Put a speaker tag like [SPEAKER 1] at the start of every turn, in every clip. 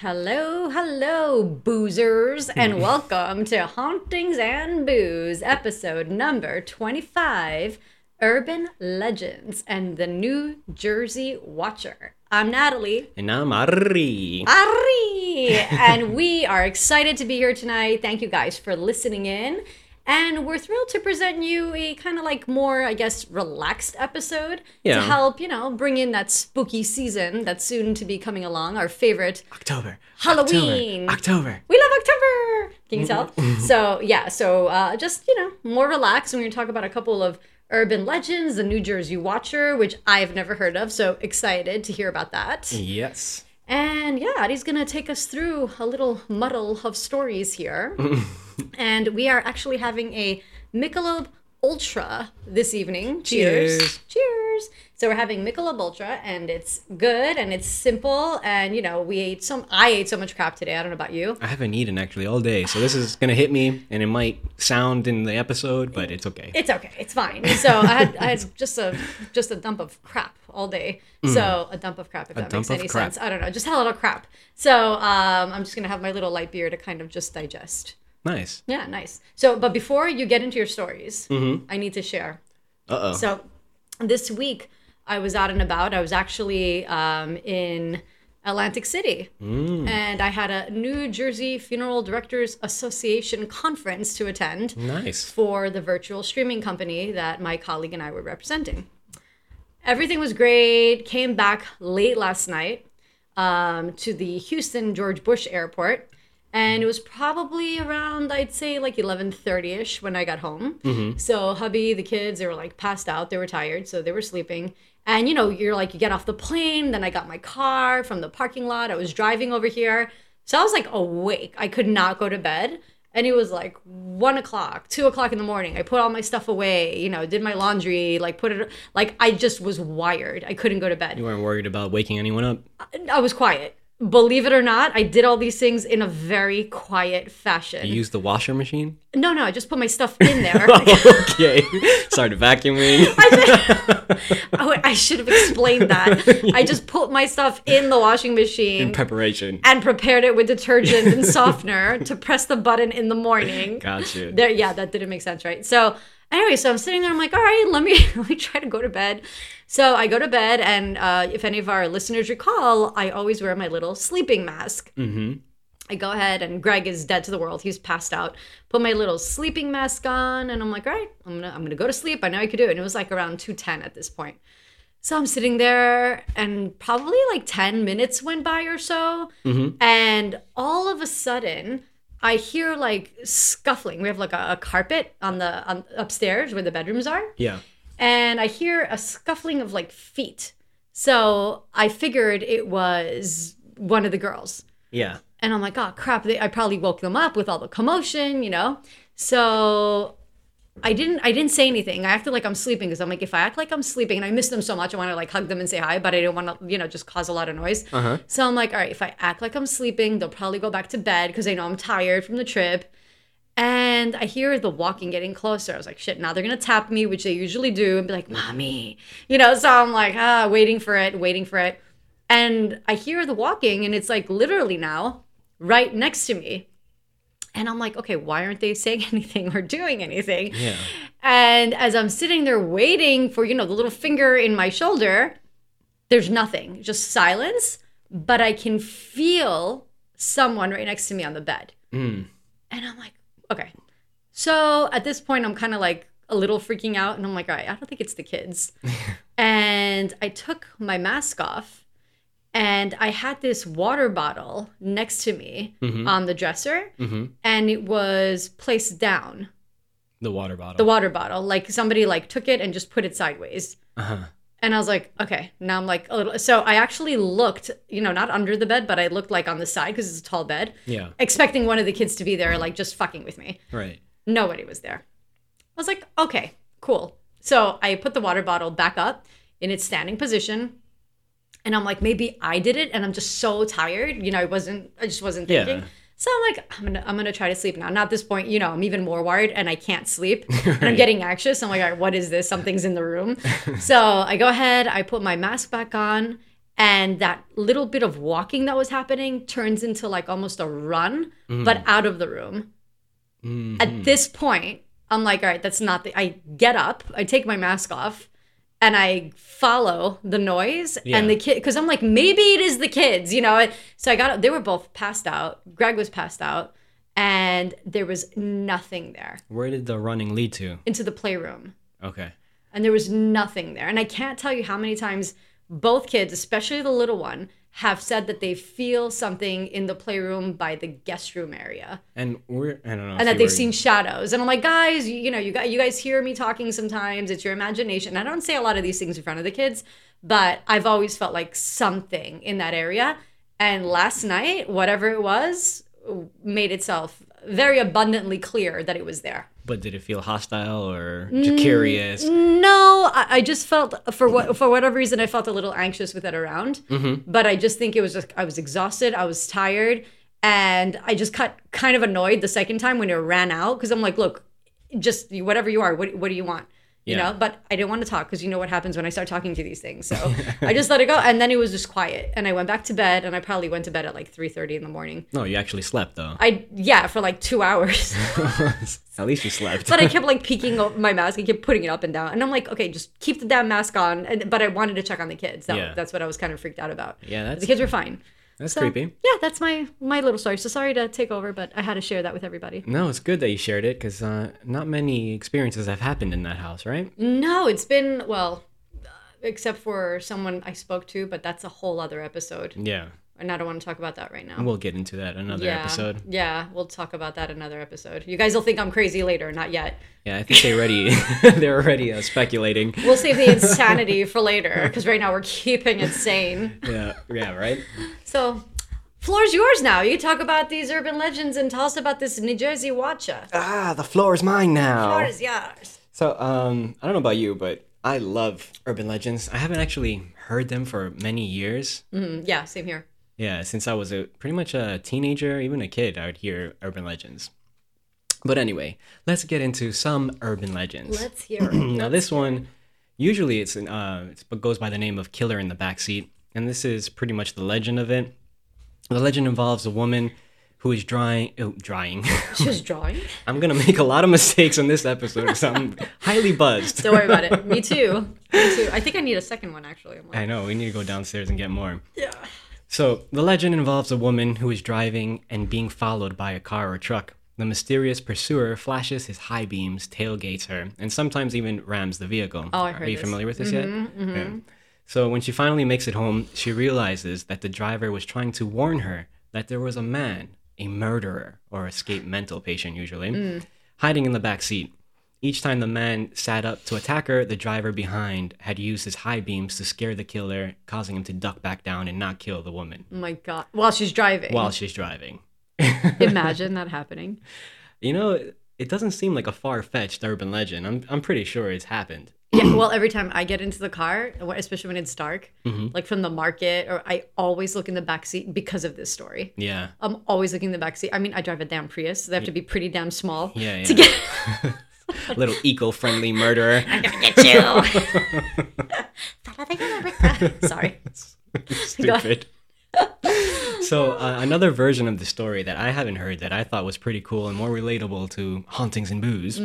[SPEAKER 1] Hello, hello, boozers,
[SPEAKER 2] Hmm.
[SPEAKER 1] and welcome to Hauntings and Booze, episode number 25 Urban Legends and the New Jersey Watcher. I'm Natalie.
[SPEAKER 2] And I'm Ari.
[SPEAKER 1] Ari! and we are excited to be here tonight. Thank you guys for listening in. And we're thrilled to present you a kind of like more, I guess, relaxed episode to
[SPEAKER 2] Yeah.
[SPEAKER 1] help, you know, bring in that spooky season that's soon to be coming along, our favorite
[SPEAKER 2] October.
[SPEAKER 1] Halloween.
[SPEAKER 2] October.
[SPEAKER 1] we love October. Can you tell? so yeah, so uh, just you know, more relaxed. We're going to talk about a couple of urban legends, the New Jersey Watcher, which I've never heard of. So excited to hear about that.
[SPEAKER 2] October. Yes.
[SPEAKER 1] And yeah, Adi's going to take us through a little muddle of stories here. and we are actually having a Michelob Ultra this evening. Cheers. Cheers.
[SPEAKER 2] Cheers.
[SPEAKER 1] So we're having Michelob Ultra and it's good and it's simple and you know, we ate some I ate so much crap today. I don't know about you.
[SPEAKER 2] I haven't eaten actually all day, so this is gonna hit me, and it might sound in the episode, but it's okay.
[SPEAKER 1] It's okay. It's fine. So I had I had just a just a dump of crap all day. So a dump of crap if that
[SPEAKER 2] Mm. dump
[SPEAKER 1] makes
[SPEAKER 2] of
[SPEAKER 1] any
[SPEAKER 2] crap.
[SPEAKER 1] sense. I don't know. Just a little crap. So um, I'm just gonna have my little light beer to kind of just digest.
[SPEAKER 2] Nice.
[SPEAKER 1] Yeah, nice. So, but before you get into your stories,
[SPEAKER 2] Mm-hmm.
[SPEAKER 1] I need to share.
[SPEAKER 2] Uh oh.
[SPEAKER 1] So, this week I was out and about. I was actually um, in Atlantic City,
[SPEAKER 2] Mm.
[SPEAKER 1] and I had a New Jersey Funeral Directors Association conference to attend
[SPEAKER 2] Mm. Nice.
[SPEAKER 1] for the virtual streaming company that my colleague and I were representing. Everything was great. Came back late last night um, to the Houston George Bush Airport, and it was probably around I'd say like eleven thirty ish when I got home. So hubby, the kids, they were like passed out. They were tired, so they were sleeping. And you know, you're like you get off the plane. Then I got my car from the parking lot. I was driving over here, so I was like awake. I could not go to bed. And it was like one o'clock, two o'clock in the morning. I put all my stuff away, you know, did my laundry, like put it, like I just was wired. I couldn't go to bed.
[SPEAKER 2] You weren't worried about waking anyone up.
[SPEAKER 1] I was quiet. Believe it or not, I did all these things in a very quiet fashion.
[SPEAKER 2] You used the washer machine.
[SPEAKER 1] no, no, I just put my stuff in there.
[SPEAKER 2] okay. Started vacuuming.
[SPEAKER 1] oh, I should have explained that. I just put my stuff in the washing machine
[SPEAKER 2] Preparation.
[SPEAKER 1] and prepared it with detergent and softener to press the button in the morning.
[SPEAKER 2] Gotcha.
[SPEAKER 1] There, yeah, that didn't make sense, right? So anyway, so I'm sitting there. I'm like, all right, let me let me try to go to bed. So I go to bed, and uh, if any of our listeners recall, I always wear my little sleeping mask. I go ahead and Greg is dead to the world. He's passed out. Put my little sleeping mask on, and I'm like, all right, I'm gonna I'm gonna go to sleep. I know I could do it. And it was like around two ten at this point. So I'm sitting there, and probably like ten minutes went by or so, and all of a sudden. I hear like scuffling. We have like a, a carpet on the on, upstairs where the bedrooms are
[SPEAKER 2] Yeah.
[SPEAKER 1] and I hear a scuffling of like feet. So I figured it was one of the girls.
[SPEAKER 2] Yeah.
[SPEAKER 1] And I'm like, oh crap, they, I probably woke them up with all the commotion, you know? So I didn't I didn't say anything. I acted like I'm sleeping because I'm like, if I act like I'm sleeping and I miss them so much, I want to like hug them and say hi, but I didn't want to, you know, just cause a lot of noise.
[SPEAKER 2] Uh-huh.
[SPEAKER 1] So I'm like, all right, if I act like I'm sleeping, they'll probably go back to bed because they know I'm tired from the trip. And I hear the walking getting closer. I was like, shit, now they're gonna tap me, which they usually do, and be like, mommy. You know, so I'm like, ah, waiting for it, waiting for it. And I hear the walking, and it's like literally now right next to me. And I'm like, okay, why aren't they saying anything or doing anything?
[SPEAKER 2] Yeah.
[SPEAKER 1] And as I'm sitting there waiting for, you know, the little finger in my shoulder, there's nothing, just silence. But I can feel someone right next to me on the bed.
[SPEAKER 2] Mm.
[SPEAKER 1] And I'm like, okay. So at this point, I'm kind of like a little freaking out. And I'm like, all right, I don't think it's the kids. and I took my mask off and I had this water bottle next to me on the dresser.
[SPEAKER 2] Mm-hmm.
[SPEAKER 1] And it was placed down,
[SPEAKER 2] The water bottle.
[SPEAKER 1] the water bottle. Like somebody like took it and just put it sideways.
[SPEAKER 2] uh-huh.
[SPEAKER 1] And I was like, okay, now I'm like a little. So I actually looked, you know, not under the bed, but I looked like on the side because it's a tall bed,
[SPEAKER 2] Yeah.
[SPEAKER 1] expecting one of the kids to be there, like just fucking with me.
[SPEAKER 2] Right.
[SPEAKER 1] Nobody was there. I was like, okay, cool. So I put the water bottle back up in its standing position. And I'm like, maybe I did it. And I'm just so tired. You know, I wasn't, I just wasn't
[SPEAKER 2] Yeah.
[SPEAKER 1] thinking. So I'm like, I'm gonna, I'm gonna try to sleep now. Not at this point, you know, I'm even more wired and I can't sleep. And I'm getting anxious. I'm like, all right, what is this? Something's in the room. so I go ahead, I put my mask back on, and that little bit of walking that was happening turns into like almost a run but out of the room
[SPEAKER 2] Mm.
[SPEAKER 1] at this point i'm like all right that's not the i get up i take my mask off and i follow the noise
[SPEAKER 2] Yeah.
[SPEAKER 1] and the kid because i'm like maybe it is the kids you know so i got up they were both passed out greg was passed out and there was nothing there
[SPEAKER 2] Where did the running lead to?
[SPEAKER 1] into the playroom
[SPEAKER 2] Okay.
[SPEAKER 1] and there was nothing there. And I can't tell you how many times both kids, especially the little one, have said that they feel something in the playroom by the guest room area
[SPEAKER 2] And we're I don't know.
[SPEAKER 1] and that they've seen shadows. And I'm like, guys, you, you know, you guys, you guys hear me talking sometimes. It's your imagination. And I don't say a lot of these things in front of the kids, but I've always felt like something in that area. And last night, whatever it was, made itself very abundantly clear that it was there.
[SPEAKER 2] But did it feel hostile or just curious?
[SPEAKER 1] No, I, I just felt for what for whatever reason I felt a little anxious with it around. But I just think it was just, I was exhausted, I was tired, and I just got kind of annoyed the second time when it ran out because I'm like, look, just whatever you are, what what do you want? You
[SPEAKER 2] Yeah.
[SPEAKER 1] know, but I didn't want to talk because you know what happens when I start talking to these things. So I just let it go, and then it was just quiet, and I went back to bed, and I probably went to bed at like three thirty in the morning.
[SPEAKER 2] No, you actually slept though.
[SPEAKER 1] I yeah, for like two hours.
[SPEAKER 2] At least you slept.
[SPEAKER 1] but I kept like peeking up my mask. I kept putting it up and down, and I'm like, okay, just keep the damn mask on. And, but I wanted to check on the kids. That,
[SPEAKER 2] Yeah.
[SPEAKER 1] That's what I was kind of freaked out about.
[SPEAKER 2] Yeah,
[SPEAKER 1] the
[SPEAKER 2] that's
[SPEAKER 1] kids were fine.
[SPEAKER 2] that's
[SPEAKER 1] So,
[SPEAKER 2] creepy.
[SPEAKER 1] Yeah, that's my my little story. So sorry to take over, but I had to share that with everybody.
[SPEAKER 2] No, it's good that you shared it because uh, not many experiences have happened in that house, right?
[SPEAKER 1] No, it's been well, uh, except for someone I spoke to, but that's a whole other episode,
[SPEAKER 2] Yeah,
[SPEAKER 1] and I don't want to talk about that right now.
[SPEAKER 2] we'll get into that another
[SPEAKER 1] yeah,
[SPEAKER 2] episode.
[SPEAKER 1] yeah, we'll talk about that another episode. You guys will think I'm crazy later, not yet.
[SPEAKER 2] Yeah, I think they already they're already uh, speculating.
[SPEAKER 1] We'll save the insanity for later because right now we're keeping it sane.
[SPEAKER 2] Yeah, yeah, right.
[SPEAKER 1] So, floor's yours now. You talk about these urban legends and tell us about this New Jersey Watcha.
[SPEAKER 2] Ah, the floor is mine now.
[SPEAKER 1] Floor is yours.
[SPEAKER 2] So, um, I don't know about you, but I love urban legends. I haven't actually heard them for many years.
[SPEAKER 1] Mm, yeah, same here.
[SPEAKER 2] Yeah, since I was a pretty much a teenager, even a kid, I would hear urban legends. But anyway, let's get into some urban legends.
[SPEAKER 1] Let's hear it.
[SPEAKER 2] now this one, usually it's an, uh, it's, it goes by the name of Killer in the Backseat, and this is pretty much the legend of it. The legend involves a woman who is drying, oh, drying.
[SPEAKER 1] She was drawing.
[SPEAKER 2] I'm gonna make a lot of mistakes on this episode because I'm highly buzzed.
[SPEAKER 1] Don't worry about it. Me too. Me too. I think I need a second one actually. I'm like,
[SPEAKER 2] I know, we need to go downstairs and get more.
[SPEAKER 1] yeah.
[SPEAKER 2] So, the legend involves a woman who is driving and being followed by a car or truck. The mysterious pursuer flashes his high beams, tailgates her, and sometimes even rams the vehicle.
[SPEAKER 1] Oh, I
[SPEAKER 2] Are
[SPEAKER 1] heard
[SPEAKER 2] you
[SPEAKER 1] this. Mm-hmm,
[SPEAKER 2] familiar with this yet? Yeah. So, when she finally makes it home, she realizes that the driver was trying to warn her that there was a man, a murderer or escaped mental patient usually,
[SPEAKER 1] Mm.
[SPEAKER 2] hiding in the back seat. Each time the man sat up to attack her, the driver behind had used his high beams to scare the killer, causing him to duck back down and not kill the woman
[SPEAKER 1] Oh my God. While she's driving.
[SPEAKER 2] while she's driving.
[SPEAKER 1] Imagine that happening.
[SPEAKER 2] You know, it doesn't seem like a far fetched urban legend. I'm, I'm pretty sure it's happened.
[SPEAKER 1] Yeah. Well, every time I get into the car, especially when it's dark, like from the market, or I always look in the back seat because of this story.
[SPEAKER 2] Yeah.
[SPEAKER 1] I'm always looking in the back seat. I mean, I drive a damn Prius. So they have to be pretty damn small.
[SPEAKER 2] Yeah. yeah.
[SPEAKER 1] To get
[SPEAKER 2] Little eco friendly murderer.
[SPEAKER 1] get you. Sorry. Go
[SPEAKER 2] Stupid. so, uh, another version of the story that I haven't heard that I thought was pretty cool and more relatable to hauntings and booze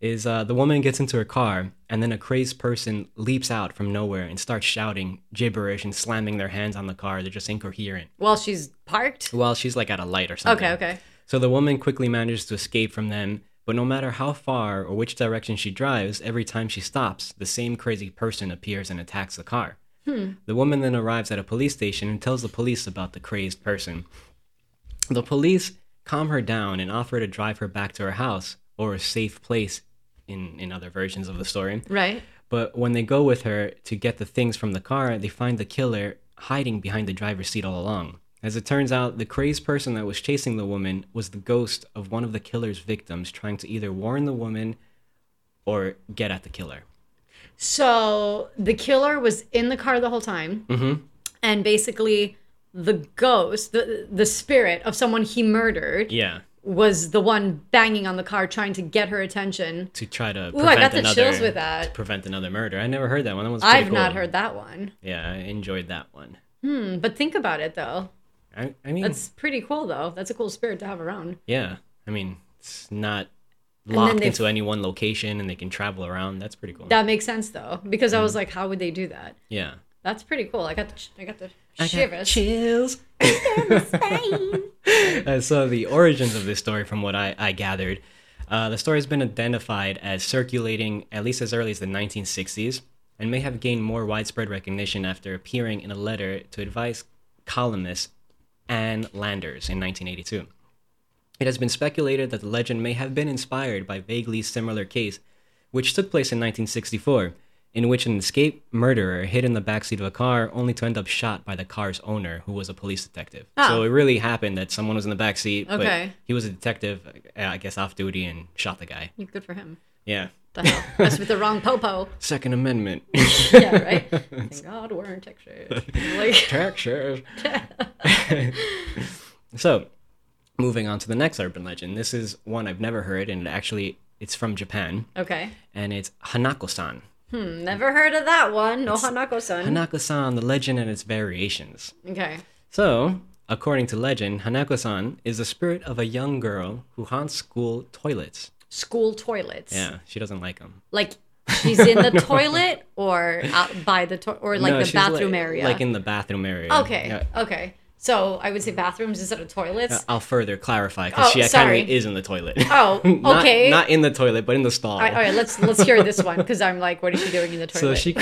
[SPEAKER 2] is uh, the woman gets into her car and then a crazed person leaps out from nowhere and starts shouting gibberish and slamming their hands on the car. They're just incoherent
[SPEAKER 1] Well, she's parked.
[SPEAKER 2] while she's like at a light or something.
[SPEAKER 1] Okay, okay.
[SPEAKER 2] So the woman quickly manages to escape from them, but no matter how far or which direction she drives, every time she stops, the same crazy person appears and attacks the car. The woman then arrives at a police station and tells the police about the crazed person. The police calm her down and offer to drive her back to her house or a safe place in, in other versions of the story.
[SPEAKER 1] Right?
[SPEAKER 2] But when they go with her to get the things from the car, they find the killer hiding behind the driver's seat all along. As it turns out, the crazed person that was chasing the woman was the ghost of one of the killer's victims trying to either warn the woman or get at the killer.
[SPEAKER 1] So the killer was in the car the whole time. Mm-hmm. And basically, the ghost, the, the spirit of someone he murdered,
[SPEAKER 2] Yeah.
[SPEAKER 1] was the one banging on the car trying to get her attention.
[SPEAKER 2] to try to prevent
[SPEAKER 1] Ooh, I got the
[SPEAKER 2] another
[SPEAKER 1] chills with that.
[SPEAKER 2] to prevent another murder. I never heard that one. That was pretty
[SPEAKER 1] I've not
[SPEAKER 2] cool.
[SPEAKER 1] heard that one.
[SPEAKER 2] Yeah, I enjoyed that one.
[SPEAKER 1] Hmm, but think about it though.
[SPEAKER 2] I, I mean,
[SPEAKER 1] That's pretty cool though. That's a cool spirit to have around.
[SPEAKER 2] yeah. I mean, it's not
[SPEAKER 1] then
[SPEAKER 2] locked
[SPEAKER 1] they-
[SPEAKER 2] into any one location, and they can travel around. That's pretty cool.
[SPEAKER 1] That makes sense though, because I
[SPEAKER 2] Mm.
[SPEAKER 1] was like, how would they do that?
[SPEAKER 2] yeah.
[SPEAKER 1] That's pretty cool. I got the ch- I got the
[SPEAKER 2] I got
[SPEAKER 1] shivers.
[SPEAKER 2] chills. Uh, so the origins of this story, from what I, I gathered, uh, the story has been identified as circulating at least as early as the 1960s, and may have gained more widespread recognition after appearing in a letter to advice columnist Anne Landers in 1982. It has been speculated that the legend may have been inspired by vaguely similar case, which took place in 1964, in which an escaped murderer hid in the backseat of a car only to end up shot by the car's owner, who was a police detective.
[SPEAKER 1] Ah.
[SPEAKER 2] So it really happened that someone was in the backseat, but
[SPEAKER 1] Okay.
[SPEAKER 2] he was a detective, uh, I guess off duty, and shot the guy.
[SPEAKER 1] Good for him.
[SPEAKER 2] Yeah.
[SPEAKER 1] The hell? Messed with the wrong popo.
[SPEAKER 2] Second Amendment.
[SPEAKER 1] Yeah, right. Thank God we're in Texas. Like,
[SPEAKER 2] Texas. so, moving on to the next urban legend. This is one I've never heard, and it actually it's from Japan,
[SPEAKER 1] okay.
[SPEAKER 2] and it's Hanako-san.
[SPEAKER 1] Hmm, never heard of that one. No Hanako-san.
[SPEAKER 2] Hanako-san, the legend and its variations.
[SPEAKER 1] Okay.
[SPEAKER 2] So, according to legend, Hanako-san is the spirit of a young girl who haunts school toilets.
[SPEAKER 1] School toilets.
[SPEAKER 2] Yeah, she doesn't like them.
[SPEAKER 1] Like she's in the toilet or out by the to- or like the bathroom area.
[SPEAKER 2] Like in the bathroom area.
[SPEAKER 1] okay.
[SPEAKER 2] Yeah.
[SPEAKER 1] Okay. So I would say bathrooms instead of toilets.
[SPEAKER 2] I'll further clarify because
[SPEAKER 1] Oh,
[SPEAKER 2] she
[SPEAKER 1] sorry.
[SPEAKER 2] apparently is in the toilet.
[SPEAKER 1] Oh,
[SPEAKER 2] Not-
[SPEAKER 1] okay.
[SPEAKER 2] Not, in the toilet, but in the stall.
[SPEAKER 1] all right, all right, let's let's hear this one because I'm like, what is she doing in the
[SPEAKER 2] So
[SPEAKER 1] toilet?
[SPEAKER 2] she,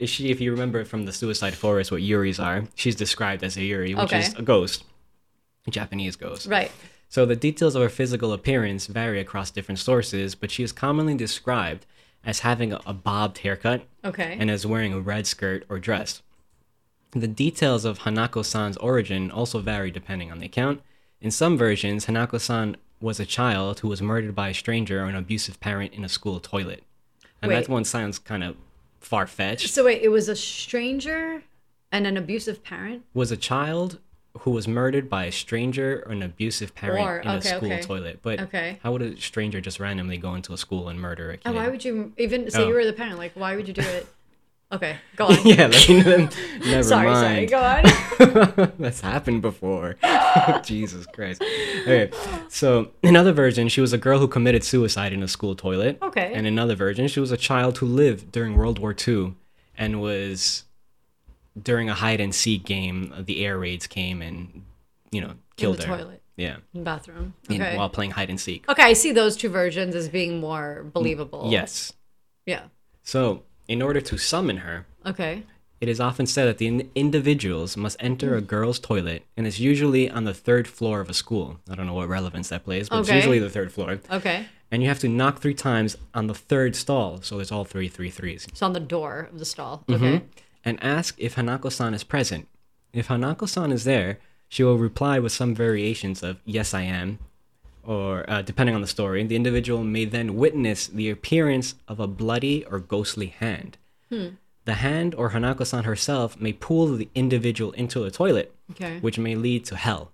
[SPEAKER 2] is she, if you remember from the Suicide Forest, what Yuris are, she's described as a Yuri, which
[SPEAKER 1] Okay.
[SPEAKER 2] is a ghost, a Japanese ghost.
[SPEAKER 1] right.
[SPEAKER 2] So the details of her physical appearance vary across different sources, but she is commonly described as having a, a bobbed haircut
[SPEAKER 1] Okay.
[SPEAKER 2] and as wearing a red skirt or dress. The details of Hanako san's origin also vary depending on the account. In some versions, Hanako san was a child who was murdered by a stranger or an abusive parent in a school toilet. And that
[SPEAKER 1] Wait.
[SPEAKER 2] one sounds kind of far fetched.
[SPEAKER 1] so wait, it was a stranger and an abusive parent.
[SPEAKER 2] Was a child who was murdered by a stranger or an abusive parent
[SPEAKER 1] Or-
[SPEAKER 2] in a
[SPEAKER 1] okay,
[SPEAKER 2] school
[SPEAKER 1] okay.
[SPEAKER 2] toilet. But
[SPEAKER 1] Okay.
[SPEAKER 2] how would a stranger just randomly go into a school and murder a kid?
[SPEAKER 1] Oh, why would you even say
[SPEAKER 2] Oh.
[SPEAKER 1] you were the parent? Like, why would you do it? Okay, go on.
[SPEAKER 2] yeah, like, never
[SPEAKER 1] sorry,
[SPEAKER 2] mind.
[SPEAKER 1] sorry. Go on.
[SPEAKER 2] That's happened before. Jesus Christ. Okay. So, in other versions, she was a girl who committed suicide in a school toilet.
[SPEAKER 1] Okay.
[SPEAKER 2] And in another version, she was a child who lived during World War II and was during a hide and seek game. The air raids came and, you know, killed
[SPEAKER 1] the
[SPEAKER 2] her.
[SPEAKER 1] toilet.
[SPEAKER 2] Yeah.
[SPEAKER 1] Bathroom.
[SPEAKER 2] In-
[SPEAKER 1] Okay. Oh.
[SPEAKER 2] while playing hide and seek.
[SPEAKER 1] Okay, I see those two versions as being more believable.
[SPEAKER 2] Yes.
[SPEAKER 1] Yeah.
[SPEAKER 2] So, in order to summon her,
[SPEAKER 1] Okay.
[SPEAKER 2] It is often said that the in- individuals must enter a girl's toilet, and it's usually on the third floor of a school. I don't know what relevance that plays, but
[SPEAKER 1] Okay.
[SPEAKER 2] it's usually the third floor.
[SPEAKER 1] Okay.
[SPEAKER 2] And you have to knock three times on the third stall, so it's all three, three threes,
[SPEAKER 1] It's on the door of the stall.
[SPEAKER 2] Mm-hmm.
[SPEAKER 1] Okay.
[SPEAKER 2] and ask if Hanako san is present. If Hanako san is there, she will reply with some variations of, Yes, I am. Or, uh, depending on the story, the individual may then witness the appearance of a bloody or ghostly hand. The hand or Hanako san herself may pull the individual into a toilet,
[SPEAKER 1] Okay.
[SPEAKER 2] which may lead to hell.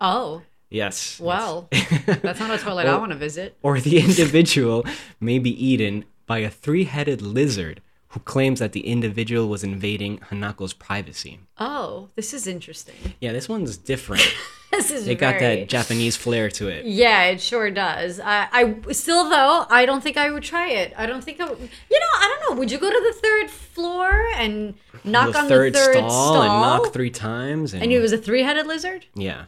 [SPEAKER 1] Oh,
[SPEAKER 2] Yes.
[SPEAKER 1] well, that's not a toilet I want to visit.
[SPEAKER 2] Or the individual may be eaten by a three headed lizard who claims that the individual was invading Hanako's privacy.
[SPEAKER 1] Oh, this is interesting.
[SPEAKER 2] Yeah, this one's different.
[SPEAKER 1] This is
[SPEAKER 2] It got
[SPEAKER 1] very-
[SPEAKER 2] that Japanese flair to it.
[SPEAKER 1] Yeah, it sure does. I, I still though I don't think I would try it. I don't think I. Would, you know, I don't know. Would you go to the third floor and knock on the third stall?
[SPEAKER 2] and knock three times, and,
[SPEAKER 1] and it was a three-headed lizard.
[SPEAKER 2] yeah,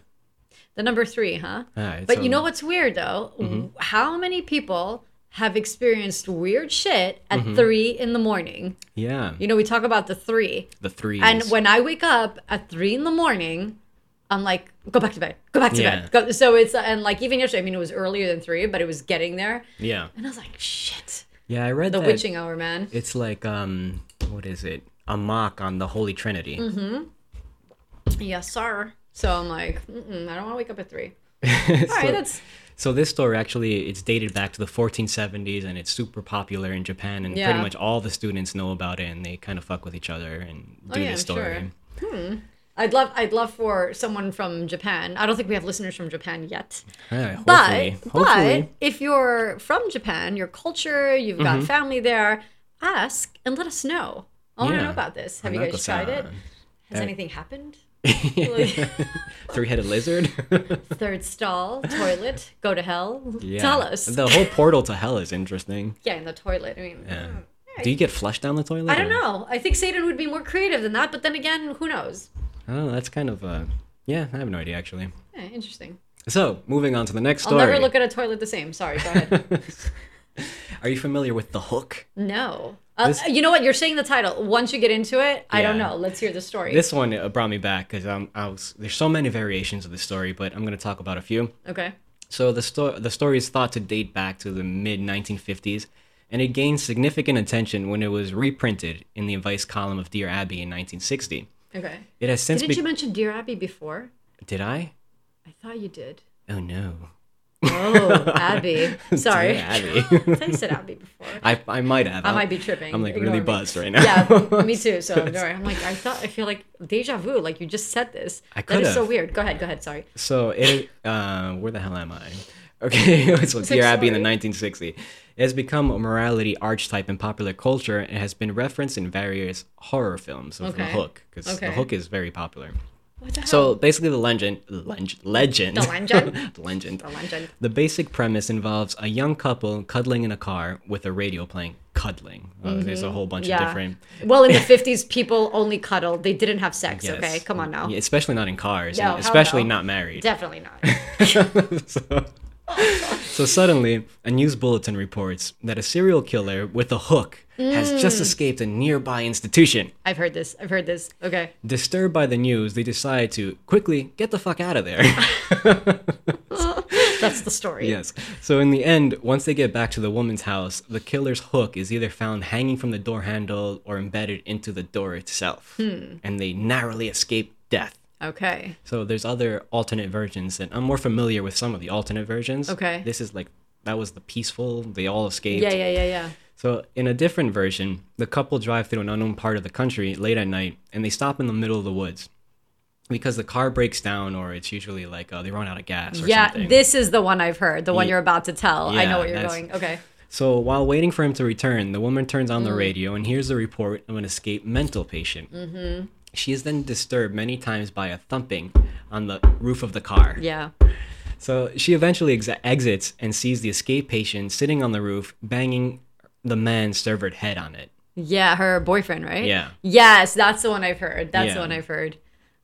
[SPEAKER 1] The number three, huh?
[SPEAKER 2] Ah, it's
[SPEAKER 1] But you
[SPEAKER 2] a- Mm-hmm.
[SPEAKER 1] know what's weird though? How many people have experienced weird shit at
[SPEAKER 2] Mm-hmm.
[SPEAKER 1] three in the morning?
[SPEAKER 2] yeah,
[SPEAKER 1] You know, we talk about the three.
[SPEAKER 2] the threes.
[SPEAKER 1] And when I wake up at three in the morning, I'm like, go back to bed, go back to
[SPEAKER 2] Yeah.
[SPEAKER 1] bed. Go. So it's, and like even yesterday, I mean, it was earlier than three, but it was getting there.
[SPEAKER 2] yeah,
[SPEAKER 1] And I was like, shit,
[SPEAKER 2] yeah, I read
[SPEAKER 1] the
[SPEAKER 2] that
[SPEAKER 1] witching hour, man.
[SPEAKER 2] it's like um, what is it? A mock on the Holy Trinity.
[SPEAKER 1] Mm-hmm. Yes, sir. So I'm like, Mm-mm, I don't want to wake up at three. All right,
[SPEAKER 2] So-
[SPEAKER 1] that's
[SPEAKER 2] So this story actually it's dated back to the 1470s and it's super popular in Japan and
[SPEAKER 1] Yeah.
[SPEAKER 2] pretty much all the students know about it and they kind of fuck with each other and do
[SPEAKER 1] Oh, yeah, I'm
[SPEAKER 2] this story.
[SPEAKER 1] sure. I'd love I'd love for someone from Japan. I don't think we have listeners from Japan yet.
[SPEAKER 2] Yeah,
[SPEAKER 1] But
[SPEAKER 2] hopefully.
[SPEAKER 1] but
[SPEAKER 2] hopefully.
[SPEAKER 1] if you're from Japan, your culture, you've got
[SPEAKER 2] Mm-hmm.
[SPEAKER 1] family there, ask and let us know. I want to
[SPEAKER 2] Yeah.
[SPEAKER 1] know about this. Have you guys tried it?
[SPEAKER 2] Hanako-san.
[SPEAKER 1] Has
[SPEAKER 2] That-
[SPEAKER 1] anything happened?
[SPEAKER 2] Three-headed lizard.
[SPEAKER 1] Third stall, toilet, go to hell.
[SPEAKER 2] Yeah.
[SPEAKER 1] Tell us.
[SPEAKER 2] The whole portal to hell is interesting.
[SPEAKER 1] yeah, in the toilet. I mean,
[SPEAKER 2] Yeah. Do you get flushed down the toilet?
[SPEAKER 1] I don't
[SPEAKER 2] or-
[SPEAKER 1] know. I think Satan would be more creative than that, but then again, who knows?
[SPEAKER 2] I don't know. That's kind of uh yeah. I have no idea actually.
[SPEAKER 1] Yeah, Eh, interesting.
[SPEAKER 2] So moving on to the next
[SPEAKER 1] I'll
[SPEAKER 2] story.
[SPEAKER 1] never look at a toilet the same. Sorry, go ahead.
[SPEAKER 2] Are you familiar with the hook?
[SPEAKER 1] No. Uh,
[SPEAKER 2] This-
[SPEAKER 1] you know what? You're saying the title. Once you get into it, I don't
[SPEAKER 2] Yeah.
[SPEAKER 1] know. Let's hear the story.
[SPEAKER 2] This one uh, brought me back because um, I was there's so many variations of the story, but I'm gonna talk about a few.
[SPEAKER 1] okay.
[SPEAKER 2] So the sto- the story is thought to date back to the mid 1950s, and it gained significant attention when it was reprinted in the advice column of Dear Abby in 1960.
[SPEAKER 1] Okay.
[SPEAKER 2] It has since
[SPEAKER 1] Didn't
[SPEAKER 2] been.
[SPEAKER 1] you mention Dear Abby before?
[SPEAKER 2] Did I?
[SPEAKER 1] I thought you did.
[SPEAKER 2] Oh no.
[SPEAKER 1] Oh, Abby. Sorry.
[SPEAKER 2] Dear Abby.
[SPEAKER 1] I said Abby before.
[SPEAKER 2] I, I might have.
[SPEAKER 1] I might be tripping.
[SPEAKER 2] I'm like
[SPEAKER 1] Ignore
[SPEAKER 2] really
[SPEAKER 1] me.
[SPEAKER 2] buzzed right now.
[SPEAKER 1] Yeah, me too. So I'm sorry. I'm like, I thought, I feel like deja vu. Like you just said this.
[SPEAKER 2] I
[SPEAKER 1] That is
[SPEAKER 2] could've.
[SPEAKER 1] so weird. Go ahead. Go ahead. Sorry.
[SPEAKER 2] So it, uh, where the hell am I? Okay, so Dear Abby in the
[SPEAKER 1] sorry.
[SPEAKER 2] 1960s. It has become a morality archetype in popular culture and has been referenced in various horror films of The
[SPEAKER 1] Okay.
[SPEAKER 2] Hook because
[SPEAKER 1] Okay.
[SPEAKER 2] The Hook is very popular.
[SPEAKER 1] What the hell?
[SPEAKER 2] So basically, the legend, legend, legend,
[SPEAKER 1] The legend?
[SPEAKER 2] the legend,
[SPEAKER 1] The legend.
[SPEAKER 2] the basic premise involves a young couple cuddling in a car with a radio playing. Cuddling. Uh, There's
[SPEAKER 1] Mm-hmm.
[SPEAKER 2] a whole bunch of different.
[SPEAKER 1] Well, in the 50s, people only cuddled. They didn't have sex.
[SPEAKER 2] Yes.
[SPEAKER 1] Okay. Come on now.
[SPEAKER 2] Yeah, especially not in cars,
[SPEAKER 1] No,
[SPEAKER 2] and
[SPEAKER 1] hell
[SPEAKER 2] especially
[SPEAKER 1] no.
[SPEAKER 2] not married.
[SPEAKER 1] Definitely not.
[SPEAKER 2] so, so suddenly, a news bulletin reports that a serial killer with a hook has just escaped a nearby institution.
[SPEAKER 1] I've heard this. I've heard this. Okay.
[SPEAKER 2] Disturbed by the news, they decide to quickly get the fuck out of there.
[SPEAKER 1] That's the story.
[SPEAKER 2] yes. So in the end, once they get back to the woman's house, the killer's hook is either found hanging from the door handle or embedded into the door itself, and they narrowly escape death.
[SPEAKER 1] Okay.
[SPEAKER 2] So there's other alternate versions, and I'm more familiar with some of the alternate versions.
[SPEAKER 1] Okay.
[SPEAKER 2] This is like that was the peaceful. They all escaped.
[SPEAKER 1] Yeah, yeah, yeah, yeah.
[SPEAKER 2] So in a different version, the couple drive through an unknown part of the country late at night, and they stop in the middle of the woods because the car breaks down, or it's usually like uh, they run out of gas. Or
[SPEAKER 1] Yeah,
[SPEAKER 2] Something.
[SPEAKER 1] this is the one I've heard. The one
[SPEAKER 2] Ye-
[SPEAKER 1] you're about to tell. I
[SPEAKER 2] Yeah,
[SPEAKER 1] know what you're
[SPEAKER 2] that's-
[SPEAKER 1] going. Okay.
[SPEAKER 2] So while waiting for him to return, the woman turns on the
[SPEAKER 1] Mm.
[SPEAKER 2] radio and hears the report of an escaped mental patient. Mm-hmm. She is then disturbed many times by a thumping on the roof of the car.
[SPEAKER 1] Yeah.
[SPEAKER 2] So she eventually ex- exits and sees the escape patient sitting on the roof, banging the man's severed head on it.
[SPEAKER 1] Yeah, her boyfriend, right?
[SPEAKER 2] Yeah.
[SPEAKER 1] Yes, that's the one I've heard. That's the
[SPEAKER 2] Yeah.
[SPEAKER 1] one I've heard.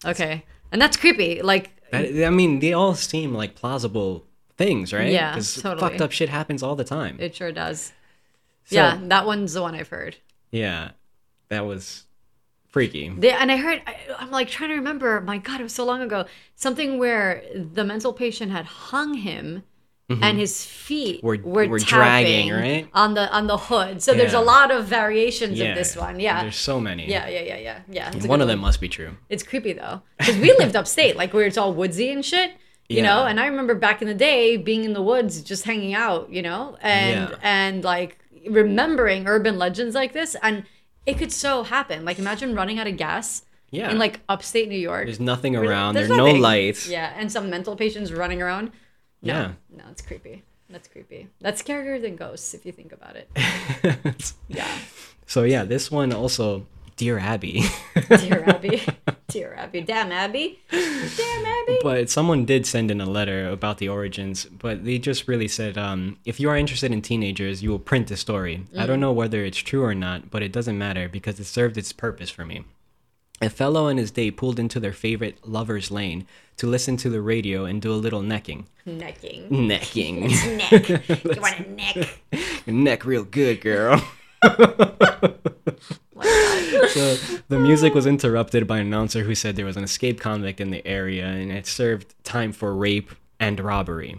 [SPEAKER 1] Okay. And that's creepy. Like,
[SPEAKER 2] That, I mean, they all seem like plausible things, right?
[SPEAKER 1] Yeah,
[SPEAKER 2] 'Cause
[SPEAKER 1] totally.
[SPEAKER 2] fucked up shit happens all the time.
[SPEAKER 1] it sure does. yeah, that one's the one I've heard.
[SPEAKER 2] Yeah, that was freaky.
[SPEAKER 1] They, and I heard, I, I'm like trying to remember, my God, it was so long ago, something where the mental patient had hung him. And his feet
[SPEAKER 2] Mm-hmm. Were-
[SPEAKER 1] were,
[SPEAKER 2] were dragging,
[SPEAKER 1] tapping
[SPEAKER 2] right?
[SPEAKER 1] on the on the hood. So there's
[SPEAKER 2] Yeah.
[SPEAKER 1] a lot of variations
[SPEAKER 2] Yeah,
[SPEAKER 1] of this one. Yeah,
[SPEAKER 2] There's so many.
[SPEAKER 1] yeah, yeah, yeah, yeah, yeah. it's a
[SPEAKER 2] One
[SPEAKER 1] good
[SPEAKER 2] of them must be true.
[SPEAKER 1] It's creepy though, because we lived upstate, like where it's all woodsy and shit, you
[SPEAKER 2] Yeah.
[SPEAKER 1] know. And I remember back in the day being in the woods, just hanging out, you know, and
[SPEAKER 2] Yeah.
[SPEAKER 1] and like remembering urban legends like this, and it could so happen. Like imagine running out of gas
[SPEAKER 2] Yeah.
[SPEAKER 1] in like upstate New York.
[SPEAKER 2] There's nothing around.
[SPEAKER 1] There's
[SPEAKER 2] There's, no
[SPEAKER 1] nothing.
[SPEAKER 2] lights.
[SPEAKER 1] yeah, and some mental patients running around. No,
[SPEAKER 2] Yeah.
[SPEAKER 1] no, it's creepy. That's creepy. That's scarier than ghosts if you think about it. Yeah,
[SPEAKER 2] so yeah, this one also, Dear Abby.
[SPEAKER 1] dear Abby, dear Abby, damn Abby, damn Abby.
[SPEAKER 2] but someone did send in a letter about the origins, but they just really said, um, if you are interested in teenagers, you will print the story. I don't know whether it's true or not, but it doesn't matter because it served its purpose for me. A fellow and his date pulled into their favorite lover's lane to listen to the radio and do a little necking.
[SPEAKER 1] Necking.
[SPEAKER 2] Necking.
[SPEAKER 1] neck. You want a neck?
[SPEAKER 2] Neck real good, girl. so the music was interrupted by an announcer who said there was an escaped convict in the area and it served time for rape and robbery.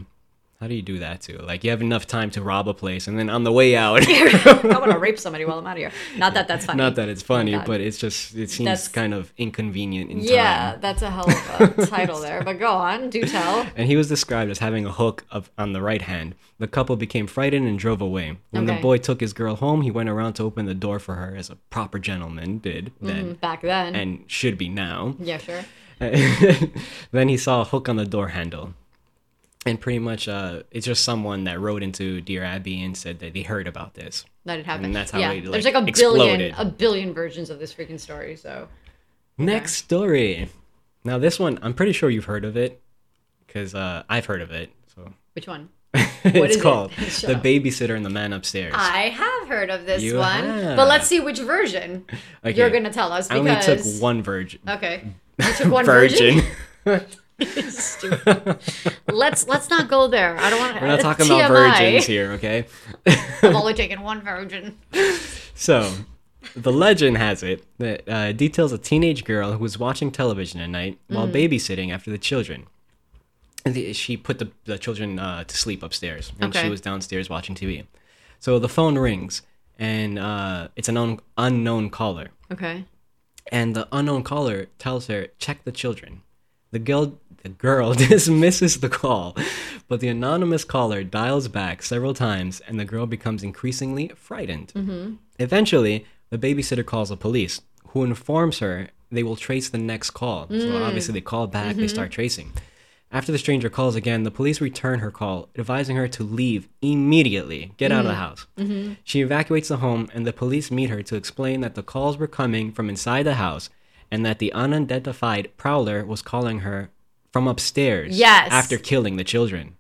[SPEAKER 2] How do you do that too? Like you have enough time to rob a place and then on the way out.
[SPEAKER 1] I want to rape somebody while I'm out of here. Not that that's funny.
[SPEAKER 2] Not that it's funny,
[SPEAKER 1] God.
[SPEAKER 2] but it's just it seems
[SPEAKER 1] That's-
[SPEAKER 2] kind of inconvenient in
[SPEAKER 1] yeah,
[SPEAKER 2] time.
[SPEAKER 1] that's a hell of a title there. But go on, do tell.
[SPEAKER 2] And he was described as having a hook of, on the right hand. The couple became frightened and drove away. When the
[SPEAKER 1] Okay.
[SPEAKER 2] boy took his girl home, he went around to open the
[SPEAKER 1] Mm-hmm.
[SPEAKER 2] door for her as a proper gentleman did then
[SPEAKER 1] Back then.
[SPEAKER 2] and should be now.
[SPEAKER 1] yeah, sure.
[SPEAKER 2] then he saw a hook on the door handle. And pretty much, uh, it's just someone that rode into Dear Abby and said that they heard about this.
[SPEAKER 1] That it happened.
[SPEAKER 2] And that's how
[SPEAKER 1] yeah.
[SPEAKER 2] it, like,
[SPEAKER 1] There's like a
[SPEAKER 2] exploded.
[SPEAKER 1] billion, a billion versions of this freaking story. So
[SPEAKER 2] Next story. Now, this one, I'm pretty sure you've heard of it because uh, I've heard of it. So
[SPEAKER 1] which one?
[SPEAKER 2] it's
[SPEAKER 1] is it? Ah,
[SPEAKER 2] called
[SPEAKER 1] Shut
[SPEAKER 2] The
[SPEAKER 1] up.
[SPEAKER 2] Babysitter and the Man Upstairs.
[SPEAKER 1] I have heard of this
[SPEAKER 2] You
[SPEAKER 1] one,
[SPEAKER 2] have.
[SPEAKER 1] but let's see which version
[SPEAKER 2] Okay,
[SPEAKER 1] you're gonna tell us.
[SPEAKER 2] I only
[SPEAKER 1] Because
[SPEAKER 2] took one virgin.
[SPEAKER 1] okay, you took one
[SPEAKER 2] virgin.
[SPEAKER 1] version? Stupid. let's let's not go there. I don't want to.
[SPEAKER 2] We're not talking about virgins here, okay?
[SPEAKER 1] I've only taken one virgin.
[SPEAKER 2] So, the legend has it that uh, details a teenage girl who was watching television at night while babysitting after the children. And the- she put the, the children uh, to sleep upstairs, and
[SPEAKER 1] Okay.
[SPEAKER 2] she was downstairs watching TV. So the phone rings, and uh, it's an un- unknown caller.
[SPEAKER 1] Okay.
[SPEAKER 2] And the unknown caller tells her, "Check the children." The girl, the girl dismisses the call, but the anonymous caller dials back several times, and the girl becomes increasingly frightened. Eventually, the babysitter calls the police, who informs her they will trace the next call. So obviously, they call back, they start tracing. After the stranger calls again, the police return her call, advising her to leave immediately, get out of the house. She evacuates the home, and the police meet her to explain that the calls were coming from inside the house and that the unidentified prowler was calling her from upstairs
[SPEAKER 1] Yes.
[SPEAKER 2] after killing the children.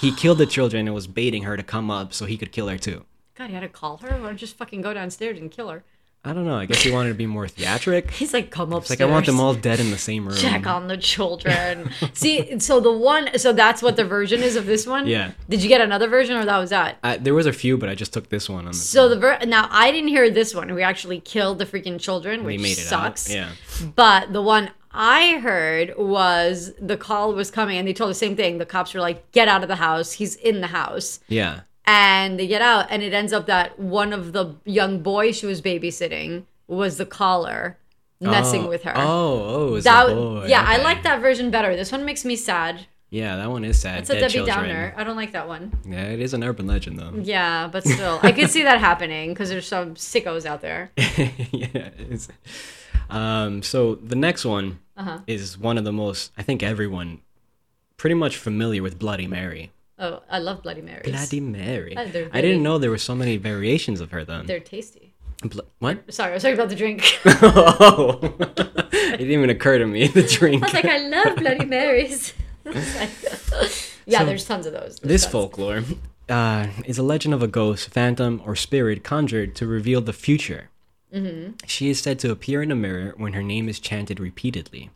[SPEAKER 2] He killed the children and was baiting her to come up so he could kill her too.
[SPEAKER 1] God, you had to call her or just fucking go downstairs and kill her.
[SPEAKER 2] I don't know. I guess he wanted to be more theatric.
[SPEAKER 1] He's like, come
[SPEAKER 2] It's
[SPEAKER 1] upstairs.
[SPEAKER 2] like I want them all dead in the same room.
[SPEAKER 1] Check on the children. See, so the one, so that's what the version is of this one.
[SPEAKER 2] Yeah.
[SPEAKER 1] Did you get another version, or that was that?
[SPEAKER 2] I, there was a few, but I just took this one. On the,
[SPEAKER 1] So the ver- now I didn't hear this one. We actually killed the freaking children,
[SPEAKER 2] they
[SPEAKER 1] which
[SPEAKER 2] made it
[SPEAKER 1] sucks.
[SPEAKER 2] out. Yeah.
[SPEAKER 1] But the one I heard was the call was coming, and they told the same thing. The cops were like, "Get out of the house. He's in the house."
[SPEAKER 2] Yeah.
[SPEAKER 1] And they get out, and it ends up that one of the young boys she was babysitting was the caller messing
[SPEAKER 2] Oh,
[SPEAKER 1] with her.
[SPEAKER 2] Oh, oh, it was
[SPEAKER 1] that
[SPEAKER 2] the boy.
[SPEAKER 1] yeah, I
[SPEAKER 2] Okay.
[SPEAKER 1] like that version better. This one makes me sad.
[SPEAKER 2] Yeah, that one is sad.
[SPEAKER 1] It's a
[SPEAKER 2] Dead
[SPEAKER 1] Debbie
[SPEAKER 2] children.
[SPEAKER 1] Downer. I don't like that one.
[SPEAKER 2] Yeah, it is an urban legend though.
[SPEAKER 1] Yeah, but still, I could see that happening because there's some sickos out there. Mm.
[SPEAKER 2] yeah. It's, um, so the next one
[SPEAKER 1] Uh-huh.
[SPEAKER 2] is one of the most I think everyone pretty much familiar with Bloody Mary.
[SPEAKER 1] Oh, I love Bloody Marys.
[SPEAKER 2] Bloody Mary.
[SPEAKER 1] Oh, they're
[SPEAKER 2] I didn't
[SPEAKER 1] really-
[SPEAKER 2] know there were so many variations of her though.
[SPEAKER 1] They're tasty.
[SPEAKER 2] Bl- what?
[SPEAKER 1] Sorry, I was talking about the drink.
[SPEAKER 2] oh, it didn't even occur to me. The drink.
[SPEAKER 1] I was like, I love Bloody Marys. yeah, there's tons of those. There's
[SPEAKER 2] This
[SPEAKER 1] tons.
[SPEAKER 2] folklore uh, is a legend of a ghost, phantom, or spirit conjured to reveal the future.
[SPEAKER 1] Mm-hmm.
[SPEAKER 2] She is said to appear in a mirror when her name is chanted repeatedly.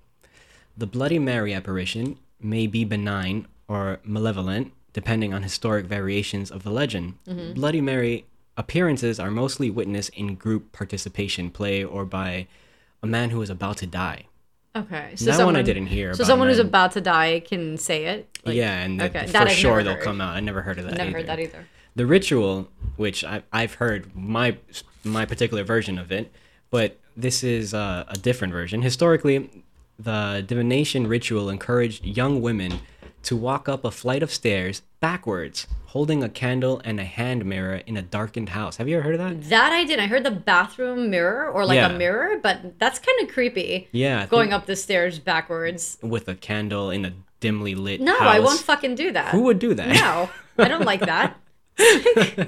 [SPEAKER 2] The Bloody Mary apparition may be benign or malevolent, depending on historic variations of the legend.
[SPEAKER 1] Mm-hmm.
[SPEAKER 2] Bloody Mary appearances are mostly witnessed in group participation play or by a man who is about to die.
[SPEAKER 1] Okay, so
[SPEAKER 2] That
[SPEAKER 1] someone,
[SPEAKER 2] one I didn't hear.
[SPEAKER 1] So
[SPEAKER 2] about,
[SPEAKER 1] someone
[SPEAKER 2] and
[SPEAKER 1] who's
[SPEAKER 2] then-
[SPEAKER 1] about to die can say it. Like,
[SPEAKER 2] yeah, and
[SPEAKER 1] okay,
[SPEAKER 2] the,
[SPEAKER 1] that
[SPEAKER 2] for
[SPEAKER 1] I've
[SPEAKER 2] sure
[SPEAKER 1] never
[SPEAKER 2] they'll
[SPEAKER 1] heard.
[SPEAKER 2] come out. I never heard of that.
[SPEAKER 1] Never
[SPEAKER 2] either.
[SPEAKER 1] heard that either.
[SPEAKER 2] The ritual, which I, I've heard my my particular version of it, but this is uh, a different version. Historically, the divination ritual encouraged young women to walk up a flight of stairs backwards, holding a candle and a hand mirror in a darkened house. Have you ever heard of that?
[SPEAKER 1] That I didn't. I heard the bathroom mirror or like
[SPEAKER 2] Yeah.
[SPEAKER 1] a mirror, but that's kind of creepy.
[SPEAKER 2] Yeah, I think-
[SPEAKER 1] Going up the stairs backwards.
[SPEAKER 2] With a candle in a dimly lit
[SPEAKER 1] No,
[SPEAKER 2] house.
[SPEAKER 1] I won't fucking do that.
[SPEAKER 2] Who would do that?
[SPEAKER 1] No, I don't like that.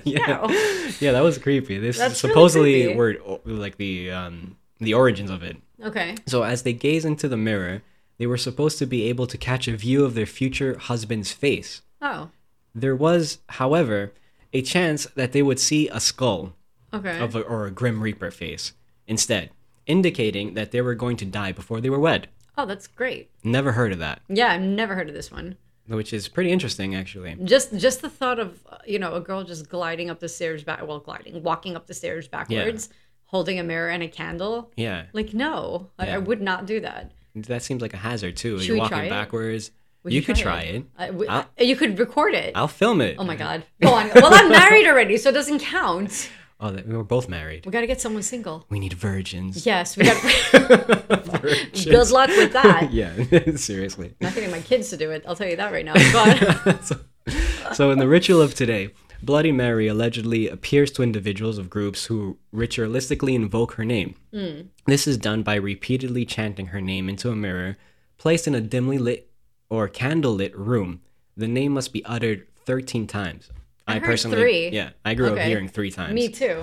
[SPEAKER 2] yeah.
[SPEAKER 1] No.
[SPEAKER 2] yeah, that was creepy. This
[SPEAKER 1] That's really
[SPEAKER 2] supposedly
[SPEAKER 1] creepy.
[SPEAKER 2] were o- like the um, the origins of it.
[SPEAKER 1] Okay.
[SPEAKER 2] So as they gaze into the mirror, they were supposed to be able to catch a view of their future husband's face.
[SPEAKER 1] Oh.
[SPEAKER 2] There was, however, a chance that they would see a skull
[SPEAKER 1] Okay.
[SPEAKER 2] of a, or a grim reaper face instead, indicating that they were going to die before they were wed.
[SPEAKER 1] oh, that's great.
[SPEAKER 2] Never heard of that,
[SPEAKER 1] Yeah, I've never heard of this one.
[SPEAKER 2] which is pretty interesting actually.
[SPEAKER 1] just just the thought of uh, you know a girl just gliding up the stairs back well gliding walking up the stairs backwards holding a mirror and a candle
[SPEAKER 2] Yeah,
[SPEAKER 1] like no I, I
[SPEAKER 2] Yeah.
[SPEAKER 1] would not do that
[SPEAKER 2] that seems like a hazard too.
[SPEAKER 1] Should
[SPEAKER 2] You're
[SPEAKER 1] we
[SPEAKER 2] walking
[SPEAKER 1] try it?
[SPEAKER 2] backwards.
[SPEAKER 1] Would
[SPEAKER 2] you could try it.
[SPEAKER 1] I would-
[SPEAKER 2] I'll-
[SPEAKER 1] you could record it
[SPEAKER 2] I'll film it.
[SPEAKER 1] oh my god go on well i'm married already so it doesn't count
[SPEAKER 2] Oh, that, we were both married.
[SPEAKER 1] we gotta get someone single
[SPEAKER 2] We need virgins.
[SPEAKER 1] yes we got good luck with that
[SPEAKER 2] yeah, seriously.
[SPEAKER 1] not getting my kids to do it i'll tell you that right now go on.
[SPEAKER 2] So, in the ritual of today, Bloody Mary allegedly appears to individuals of groups who
[SPEAKER 1] Hmm.
[SPEAKER 2] ritualistically invoke her name. This is done by repeatedly chanting her name into a mirror, Placed in a dimly lit or candlelit room, the name must be uttered 13 times.
[SPEAKER 1] I heard three.
[SPEAKER 2] Yeah, I grew up
[SPEAKER 1] Okay.
[SPEAKER 2] hearing three times.
[SPEAKER 1] Me too.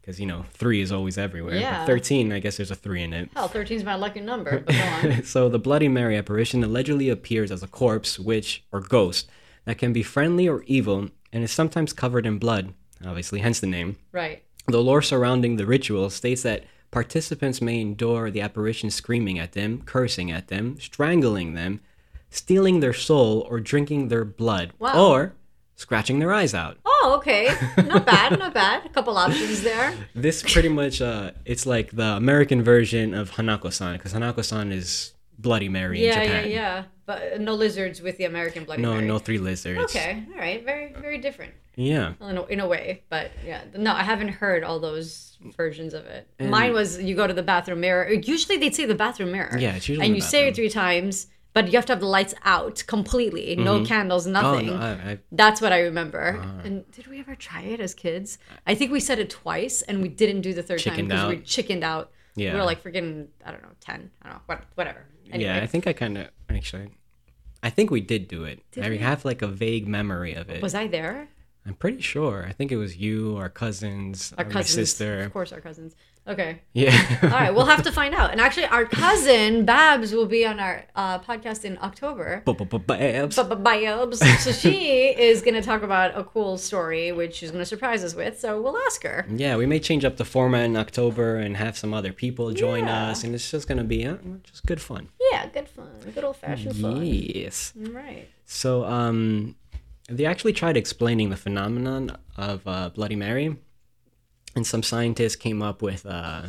[SPEAKER 2] Because, you know, three is always everywhere. But
[SPEAKER 1] Yeah.
[SPEAKER 2] 13, I guess there's a three in it.
[SPEAKER 1] Hell, 13 is my lucky number. But go on.
[SPEAKER 2] so the Bloody Mary apparition allegedly appears as a corpse, witch, or ghost that can be friendly or evil and is sometimes covered in blood, obviously, hence the name.
[SPEAKER 1] right.
[SPEAKER 2] The lore surrounding the ritual states that participants may endure the apparition screaming at them, cursing at them, strangling them, stealing their soul, or drinking their blood,
[SPEAKER 1] Wow.
[SPEAKER 2] or scratching their eyes out.
[SPEAKER 1] Oh, okay. Not bad. Not bad. A couple options there.
[SPEAKER 2] This pretty much, uh, it's like the American version of Hanako-san, because Hanako-san is Bloody Mary in
[SPEAKER 1] Yeah, yeah,
[SPEAKER 2] Japan.
[SPEAKER 1] yeah. But uh, no lizards with the American Bloody
[SPEAKER 2] No,
[SPEAKER 1] Mary.
[SPEAKER 2] no three lizards.
[SPEAKER 1] Okay. All right. Very, very different.
[SPEAKER 2] Yeah.
[SPEAKER 1] Well, in a, in a way, but yeah, no, I haven't heard all those versions of it. Mine was you go to the bathroom mirror. Usually they'd say the bathroom mirror.
[SPEAKER 2] Yeah, it's usually
[SPEAKER 1] and
[SPEAKER 2] the
[SPEAKER 1] you say it three times, but you have to have the lights out completely, no candles,
[SPEAKER 2] Oh,
[SPEAKER 1] nothing.
[SPEAKER 2] no, I, Ah. I,
[SPEAKER 1] That's what I remember. And did we ever try it as kids? I think we said it twice, and we didn't do the third time
[SPEAKER 2] Chickened
[SPEAKER 1] because we
[SPEAKER 2] out.
[SPEAKER 1] chickened out. we
[SPEAKER 2] Yeah.
[SPEAKER 1] were like freaking I don't know ten, I don't know what, whatever. Anyway,
[SPEAKER 2] yeah, I think I kind of actually, I think we did do it. I have like a vague memory of it.
[SPEAKER 1] was I there?
[SPEAKER 2] I'm pretty sure. I think it was you, our cousins,
[SPEAKER 1] Our
[SPEAKER 2] uh,
[SPEAKER 1] cousins,
[SPEAKER 2] my
[SPEAKER 1] of
[SPEAKER 2] sister.
[SPEAKER 1] course, our cousins. Okay,
[SPEAKER 2] Yeah.
[SPEAKER 1] All right, we'll have to find out. And actually, our cousin Babs will be on our uh, podcast in October.
[SPEAKER 2] Bu-bu-bu-babs.
[SPEAKER 1] Babs. So she is going to talk about a cool story, which she's going to surprise us with. So we'll ask her.
[SPEAKER 2] Yeah, we may change up the format in October and have some other people join
[SPEAKER 1] Yeah.
[SPEAKER 2] us, and it's just gonna be uh, just good fun.
[SPEAKER 1] Yeah, good fun, good old fashioned fun.
[SPEAKER 2] Yes.
[SPEAKER 1] Right.
[SPEAKER 2] So, um, they actually tried explaining the phenomenon of uh, Bloody Mary, and some scientists came up with, uh,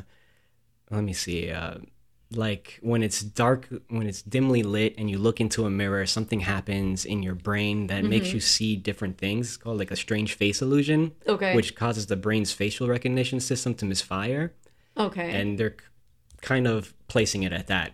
[SPEAKER 2] let me see, uh, like when it's dark, when it's dimly lit, and you look into a mirror, something happens in your brain that
[SPEAKER 1] Mm-hmm.
[SPEAKER 2] makes you see different things. It's called like a strange face illusion,
[SPEAKER 1] Okay.
[SPEAKER 2] which causes the brain's facial recognition system to misfire,
[SPEAKER 1] Okay.
[SPEAKER 2] and they're k- kind of placing it at that.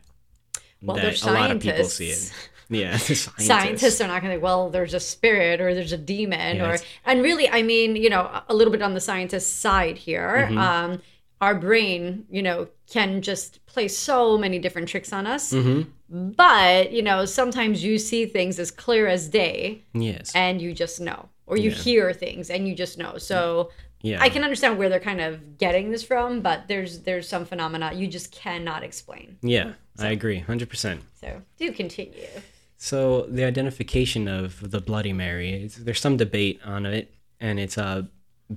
[SPEAKER 1] Well,
[SPEAKER 2] that
[SPEAKER 1] they're
[SPEAKER 2] a lot of people see it.
[SPEAKER 1] scientists.
[SPEAKER 2] Yeah, scientists.
[SPEAKER 1] Scientists are not going to think, well, there's a spirit or there's a demon or,
[SPEAKER 2] Yes.
[SPEAKER 1] and really, I mean, you know, a little bit on the scientist side here.
[SPEAKER 2] Mm-hmm.
[SPEAKER 1] Um, our brain, you know, can just play so many different tricks on us.
[SPEAKER 2] Mm-hmm.
[SPEAKER 1] But, you know, sometimes you see things as clear as day
[SPEAKER 2] Yes.
[SPEAKER 1] and you just know, or you
[SPEAKER 2] Yeah.
[SPEAKER 1] hear things and you just know. So
[SPEAKER 2] Yeah.
[SPEAKER 1] I can understand where they're kind of getting this from, but there's there's some phenomena you just cannot explain.
[SPEAKER 2] Yeah, I agree, hundred percent.
[SPEAKER 1] So do continue.
[SPEAKER 2] So the identification of the Bloody Mary, it's, there's some debate on it, and it's uh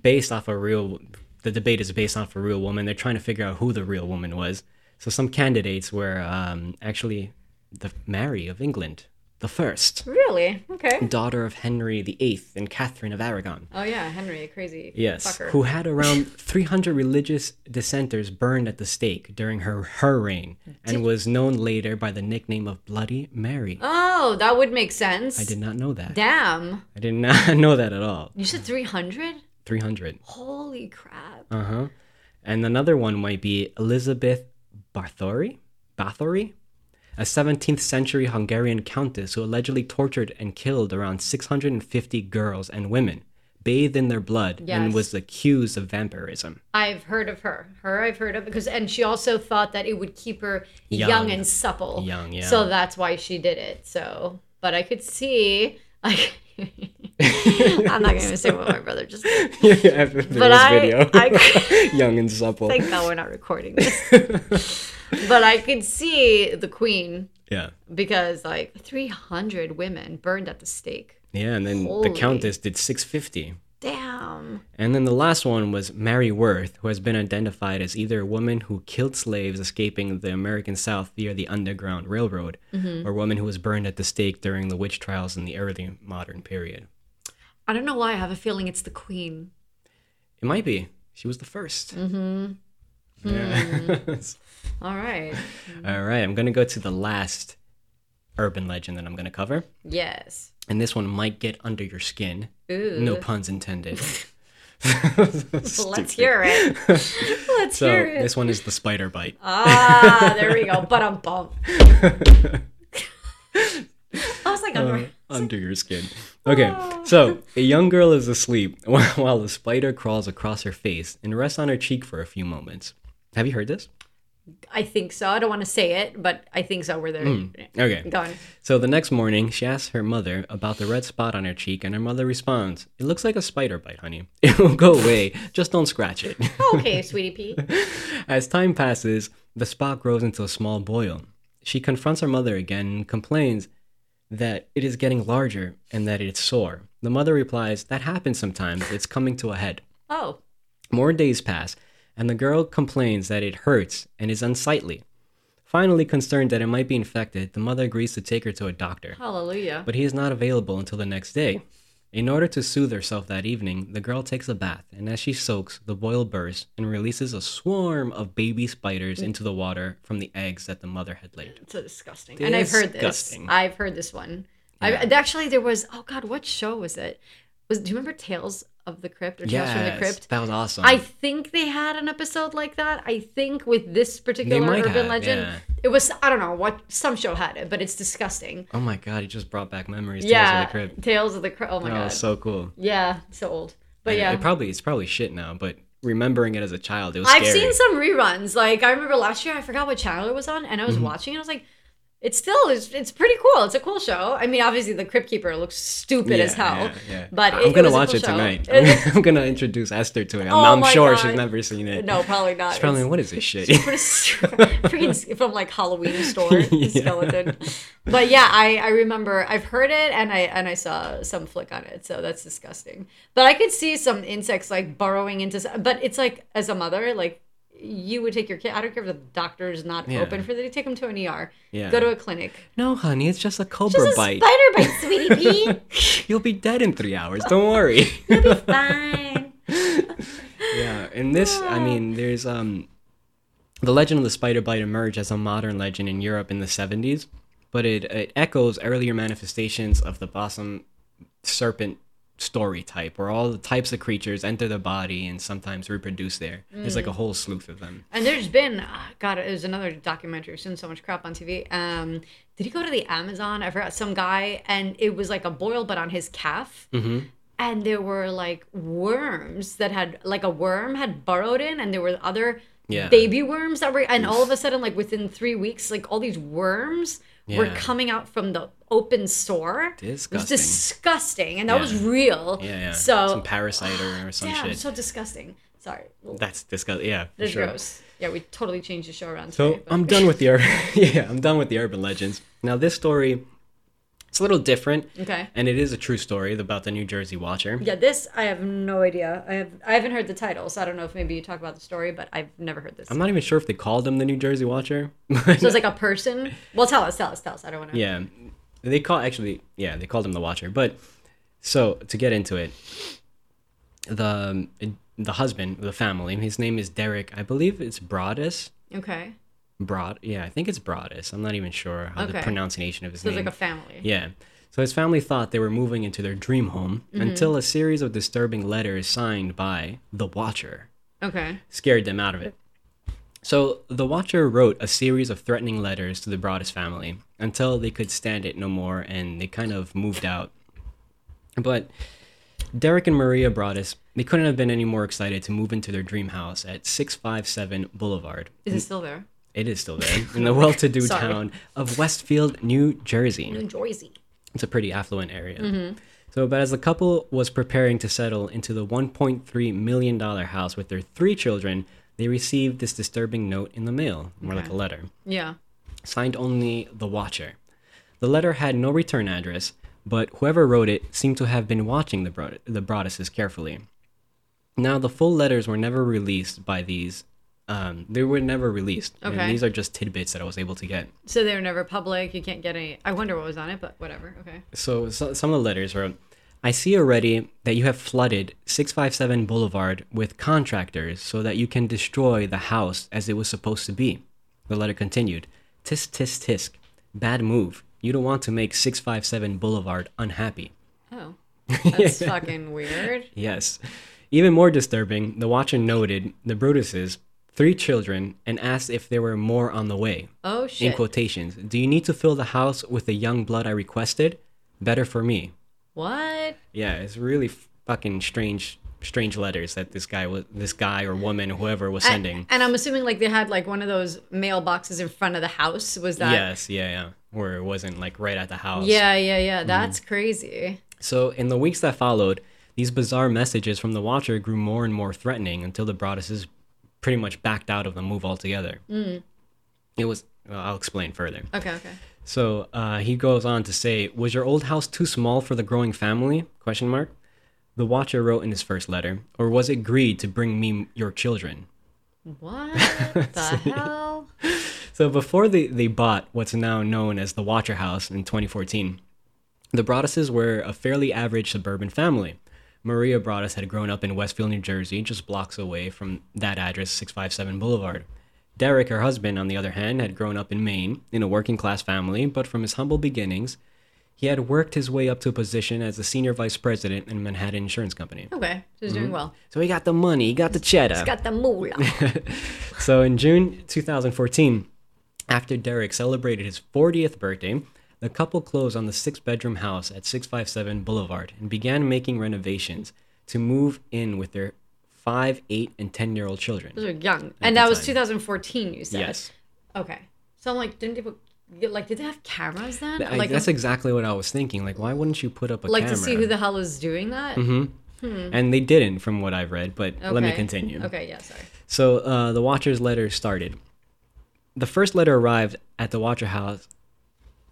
[SPEAKER 2] based off a real. The debate is based off a real woman. They're trying to figure out who the real woman was. So some candidates were um, actually the Mary of England, the first
[SPEAKER 1] Really? Okay.
[SPEAKER 2] daughter of Henry VIII and Catherine of Aragon.
[SPEAKER 1] Oh yeah, Henry, a crazy
[SPEAKER 2] Yes,
[SPEAKER 1] fucker.
[SPEAKER 2] who had around 300 religious dissenters burned at the stake during her her reign, and was known later by the nickname of Bloody Mary.
[SPEAKER 1] Oh, that would make sense.
[SPEAKER 2] I did not know that.
[SPEAKER 1] Damn.
[SPEAKER 2] I did not know that at all.
[SPEAKER 1] You said 300?
[SPEAKER 2] 300.
[SPEAKER 1] Holy crap.
[SPEAKER 2] Uh huh. And another one might be Elizabeth Bathory, Bathory, a 17th century Hungarian countess who allegedly tortured and killed around 650 girls and women, bathed in their blood,
[SPEAKER 1] Yes.
[SPEAKER 2] and was accused of vampirism.
[SPEAKER 1] I've heard of her. Her I've heard of because and she also thought that it would keep her young,
[SPEAKER 2] Young.
[SPEAKER 1] and supple.
[SPEAKER 2] Young, yeah.
[SPEAKER 1] So that's why she did it. So, but I could see I I'm not going to say what my brother just did.
[SPEAKER 2] yeah, there
[SPEAKER 1] But
[SPEAKER 2] is
[SPEAKER 1] I-
[SPEAKER 2] video.
[SPEAKER 1] I-
[SPEAKER 2] Young and supple.
[SPEAKER 1] Thank God we're not recording this. but I could see the queen
[SPEAKER 2] yeah.
[SPEAKER 1] because like 300 women burned at the stake.
[SPEAKER 2] Yeah, and then
[SPEAKER 1] Holy.
[SPEAKER 2] the countess did 650.
[SPEAKER 1] Damn.
[SPEAKER 2] And then the last one was Mary Worth, who has been identified as either a woman who killed slaves escaping the American South via the Underground Railroad,
[SPEAKER 1] Mm-hmm.
[SPEAKER 2] or a woman who was burned at the stake during the witch trials in the early modern period.
[SPEAKER 1] I don't know why I have a feeling it's the queen.
[SPEAKER 2] It might be. She was the 1st Mm-hmm. Yeah.
[SPEAKER 1] All right.
[SPEAKER 2] All right, I'm going to go to the last urban legend that I'm going to cover.
[SPEAKER 1] Yes.
[SPEAKER 2] And this one might get under your skin.
[SPEAKER 1] Ooh.
[SPEAKER 2] No puns intended.
[SPEAKER 1] Well, let's hear it. let's
[SPEAKER 2] So,
[SPEAKER 1] hear it.
[SPEAKER 2] this one is the spider bite.
[SPEAKER 1] Ah, there we go. But I'm bump. I was like,
[SPEAKER 2] Uh.
[SPEAKER 1] I'm
[SPEAKER 2] under your skin. Okay, so a young girl is asleep while while a spider crawls across her face and rests on her cheek for a few moments. Have you heard this?
[SPEAKER 1] I think so. I don't want to say it, but I think so. Where they're
[SPEAKER 2] Okay.
[SPEAKER 1] going.
[SPEAKER 2] So the next morning, she asks her mother about the red spot on her cheek, and her mother responds, It looks like a spider bite, honey. It will go away. Just don't scratch it.
[SPEAKER 1] Okay, sweetie pea.
[SPEAKER 2] As time passes, the spot grows into a small boil. She confronts her mother again and complains that it is getting larger and that it's sore. The mother replies, That happens sometimes. It's coming to a head.
[SPEAKER 1] Oh,
[SPEAKER 2] More days pass, and the girl complains that it hurts and is unsightly. Finally, concerned that it might be infected, the mother agrees to take her to a doctor,
[SPEAKER 1] hallelujah.
[SPEAKER 2] but he is not available until the next day. In order to soothe herself that evening, the girl takes a bath, and as she soaks, the boil bursts and releases a swarm of baby spiders into the water from the eggs that the mother had laid.
[SPEAKER 1] It's so disgusting. And I've heard this.
[SPEAKER 2] Disgusting.
[SPEAKER 1] I've heard this one. I, actually, there was. Oh God, what show was it? Was do you remember Tales of the Crypt or Tales from the Crypt?
[SPEAKER 2] Yes, that was awesome.
[SPEAKER 1] I think they had an episode like that. I think with this particular
[SPEAKER 2] might
[SPEAKER 1] urban
[SPEAKER 2] have,
[SPEAKER 1] legend,
[SPEAKER 2] yeah.
[SPEAKER 1] it was I don't know what some show had it, but it's disgusting.
[SPEAKER 2] oh my god, it just brought back memories.
[SPEAKER 1] yeah,
[SPEAKER 2] Tales of the Crypt.
[SPEAKER 1] Tales of the Crypt. Oh my
[SPEAKER 2] That
[SPEAKER 1] god.
[SPEAKER 2] was so cool.
[SPEAKER 1] yeah, so old. But
[SPEAKER 2] And
[SPEAKER 1] yeah,
[SPEAKER 2] it probably it's probably shit now, but remembering it as a child, it was.
[SPEAKER 1] I've
[SPEAKER 2] scary.
[SPEAKER 1] seen some reruns. Like I remember last year, I forgot what channel it was on, and I was
[SPEAKER 2] Mm-hmm.
[SPEAKER 1] watching, and I was like, "It's still it's, it's pretty cool. It's a cool show. I mean, obviously, the Crypt Keeper looks stupid as hell,
[SPEAKER 2] yeah, yeah.
[SPEAKER 1] but
[SPEAKER 2] I'm gonna
[SPEAKER 1] was a
[SPEAKER 2] watch
[SPEAKER 1] cool
[SPEAKER 2] it
[SPEAKER 1] show.
[SPEAKER 2] tonight.
[SPEAKER 1] It-
[SPEAKER 2] I'm gonna introduce Esther to it. I'm,
[SPEAKER 1] Oh
[SPEAKER 2] I'm
[SPEAKER 1] my
[SPEAKER 2] sure
[SPEAKER 1] God.
[SPEAKER 2] she's never seen it.
[SPEAKER 1] no, probably not.
[SPEAKER 2] she's probably
[SPEAKER 1] It's-
[SPEAKER 2] like, what is this shit?
[SPEAKER 1] What a freaking from like Halloween store skeleton. But yeah, I, I remember I've heard it and I and I saw some flick on it, so that's disgusting. But I could see some insects like burrowing into. s- But it's like as a mother, like you would take your kid. I don't care if the doctor is not
[SPEAKER 2] Yeah.
[SPEAKER 1] open for that. You take them to an ER.
[SPEAKER 2] Yeah.
[SPEAKER 1] Go to a clinic.
[SPEAKER 2] no, honey, it's just a cobra
[SPEAKER 1] Just a
[SPEAKER 2] bite.
[SPEAKER 1] spider bite, sweetie pea.
[SPEAKER 2] You'll be dead in three hours. Don't worry.
[SPEAKER 1] Fine.
[SPEAKER 2] yeah, and this, I mean, there's um, the legend of the spider bite emerged as a modern legend in Europe in the 70s, but it, it echoes earlier manifestations of the blossom serpent story type, where all the types of creatures enter the body and sometimes reproduce there. There's
[SPEAKER 1] Mm.
[SPEAKER 2] like a whole slew of them.
[SPEAKER 1] And there's been, ah, God, it was another documentary. I've seen so much crap on TV. Um, did he go to the Amazon? I forgot some guy, and it was like a boil, but on his calf.
[SPEAKER 2] Mm-hmm.
[SPEAKER 1] And there were like worms that had, like a worm had burrowed in, and there were other
[SPEAKER 2] Yeah.
[SPEAKER 1] baby worms that were, and all of a sudden, like within three weeks, like all these worms were
[SPEAKER 2] Yeah.
[SPEAKER 1] coming out from the open sore. It was
[SPEAKER 2] Disgusting.
[SPEAKER 1] disgusting, and that
[SPEAKER 2] Yeah.
[SPEAKER 1] was real.
[SPEAKER 2] Yeah, yeah.
[SPEAKER 1] So,
[SPEAKER 2] some parasite or, or some
[SPEAKER 1] damn,
[SPEAKER 2] shit.
[SPEAKER 1] so disgusting. Sorry.
[SPEAKER 2] That's disgusting. Yeah, for
[SPEAKER 1] That's
[SPEAKER 2] sure.
[SPEAKER 1] gross. Yeah, we totally changed the show around.
[SPEAKER 2] So
[SPEAKER 1] today, but-
[SPEAKER 2] I'm done with the ur- yeah, I'm done with the urban legends. Now this story, it's a little different.
[SPEAKER 1] Okay.
[SPEAKER 2] And it is a true story about the New Jersey Watcher.
[SPEAKER 1] Yeah, this I have no idea. I have I haven't heard the title, so I don't know if maybe you talk about the story, but I've never heard this.
[SPEAKER 2] I'm not even sure if they called him the New Jersey Watcher.
[SPEAKER 1] so it's like a person. Well, tell us, tell us, tell us. I don't want to.
[SPEAKER 2] yeah, they call actually yeah they called him the Watcher. But so to get into it, the the husband, the family, his name is Derek. I believe it's Broadus.
[SPEAKER 1] Okay.
[SPEAKER 2] Broad, yeah, I think it's Broadus. I'm not even sure how the
[SPEAKER 1] Okay.
[SPEAKER 2] pronunciation of his
[SPEAKER 1] So it's
[SPEAKER 2] name.
[SPEAKER 1] like a family.
[SPEAKER 2] Yeah. So his family thought they were moving into their dream home until a series of disturbing letters signed by the Watcher
[SPEAKER 1] Okay.
[SPEAKER 2] scared them out of it. So the Watcher wrote a series of threatening letters to the Broadus family until they could stand it no more and they kind of moved out. But Derek and Maria Broadus, they couldn't have been any more excited to move into their dream house at 657 Boulevard.
[SPEAKER 1] Is it still there?
[SPEAKER 2] It is still there in the well-to-do
[SPEAKER 1] Sorry.
[SPEAKER 2] town of Westfield, New Jersey
[SPEAKER 1] New Jersey.
[SPEAKER 2] it's a pretty affluent area. So, but as the couple was preparing to settle into the 1.3 million dollar house with their three children, they received this disturbing note in the mail, more like a letter,
[SPEAKER 1] Yeah.
[SPEAKER 2] signed only the watcher. The letter had no return address, but whoever wrote it seemed to have been watching the Broad- the Broaduses carefully. Now, the full letters were never released by these. Um, they were never released. And
[SPEAKER 1] Okay.
[SPEAKER 2] these are just tidbits that I was able to get.
[SPEAKER 1] So they were never public. You can't get any. I wonder what was on it, but whatever. Okay.
[SPEAKER 2] So, so some of the letters were I see already that you have flooded 657 Boulevard with contractors so that you can destroy the house as it was supposed to be. The letter continued Tisk, tisk, tisk. Bad move. You don't want to make 657 Boulevard unhappy.
[SPEAKER 1] Oh, that's fucking weird.
[SPEAKER 2] Yes. Even more disturbing, the watcher noted the Brutuses, three children, and asked if there were more on the way
[SPEAKER 1] Oh
[SPEAKER 2] in
[SPEAKER 1] shit.
[SPEAKER 2] quotations. Do you need to fill the house with the young blood I requested? Better for me.
[SPEAKER 1] what?
[SPEAKER 2] Yeah, it's really fucking strange, strange letters that this guy was this guy or woman whoever was
[SPEAKER 1] A-
[SPEAKER 2] sending.
[SPEAKER 1] And, I'm assuming like they had like one of those mailboxes in front of the house. Was that?
[SPEAKER 2] yes, yeah, yeah. Where it wasn't like right at the house.
[SPEAKER 1] Yeah, yeah, yeah.
[SPEAKER 2] Mm.
[SPEAKER 1] That's crazy.
[SPEAKER 2] So in the weeks that followed, these bizarre messages from the Watcher grew more and more threatening until the Broaduses pretty much backed out of the move altogether. It was. well, I'll explain further.
[SPEAKER 1] Okay, okay.
[SPEAKER 2] So uh, he goes on to say, "Was your old house too small for the growing family?" Question mark. The Watcher wrote in his first letter, "Or was it greed to bring me your children?"
[SPEAKER 1] What the hell?
[SPEAKER 2] So before they, they bought what's now known as the Watcher House in 2014, the Broaduses were a fairly average suburban family. Maria Broadus had grown up in Westfield, New Jersey, just blocks away from that address, 657 Boulevard. Derek, her husband, on the other hand, had grown up in Maine in a working class family, but from his humble beginnings, he had worked his way up to a position as a senior vice president in Manhattan Insurance Company.
[SPEAKER 1] Okay, she's
[SPEAKER 2] Mm-hmm.
[SPEAKER 1] doing well.
[SPEAKER 2] So he got the money, he got the cheddar.
[SPEAKER 1] Got the moolah.
[SPEAKER 2] So in June 2014, after Derek celebrated his 40th birthday, the couple closed on the six bedroom house at 657 Boulevard and began making renovations to move in with their five, eight, and 10 year old children.
[SPEAKER 1] Those are young, and that was
[SPEAKER 2] time.
[SPEAKER 1] 2014. You said.
[SPEAKER 2] Yes.
[SPEAKER 1] Okay. So I'm like, didn't they put, like, did they have cameras then?
[SPEAKER 2] I-
[SPEAKER 1] like,
[SPEAKER 2] that's exactly what I was thinking. Like, why wouldn't you put up a
[SPEAKER 1] like
[SPEAKER 2] camera?
[SPEAKER 1] to see who the hell is doing that?
[SPEAKER 2] and they didn't, from what I've read, but let me
[SPEAKER 1] Okay.
[SPEAKER 2] continue.
[SPEAKER 1] Okay, yeah, sorry.
[SPEAKER 2] So uh, the Watcher's letter started. The first letter arrived at the Watcher house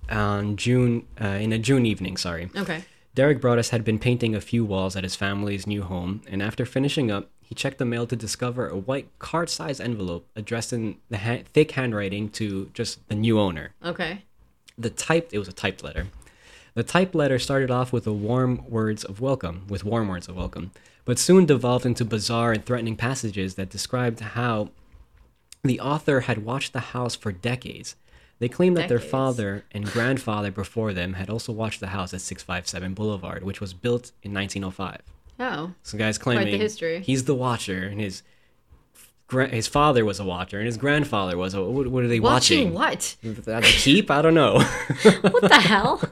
[SPEAKER 2] on June, uh, in a June evening, sorry.
[SPEAKER 1] Okay.
[SPEAKER 2] Derek Broadus had been painting a few walls at his family's new home, and after finishing up, he checked the mail to discover a white card-sized envelope addressed in the ha- thick handwriting to just the new owner.
[SPEAKER 1] Okay.
[SPEAKER 2] The typed it was a typed letter. The typed letter started off with a warm words of welcome, with warm words of welcome, but soon devolved into bizarre and threatening passages that described how the author had watched the house for decades. They claimed that their
[SPEAKER 1] Decades.
[SPEAKER 2] father and grandfather before them had also watched the house at 657 Boulevard, which was built in 1905.
[SPEAKER 1] Oh.
[SPEAKER 2] So, guys
[SPEAKER 1] the
[SPEAKER 2] claiming
[SPEAKER 1] history.
[SPEAKER 2] he's the watcher, and his gra- his father was a watcher, and his grandfather was a. What, what are they
[SPEAKER 1] Watching,
[SPEAKER 2] watching?
[SPEAKER 1] what?
[SPEAKER 2] The keep? I don't know.
[SPEAKER 1] What the hell?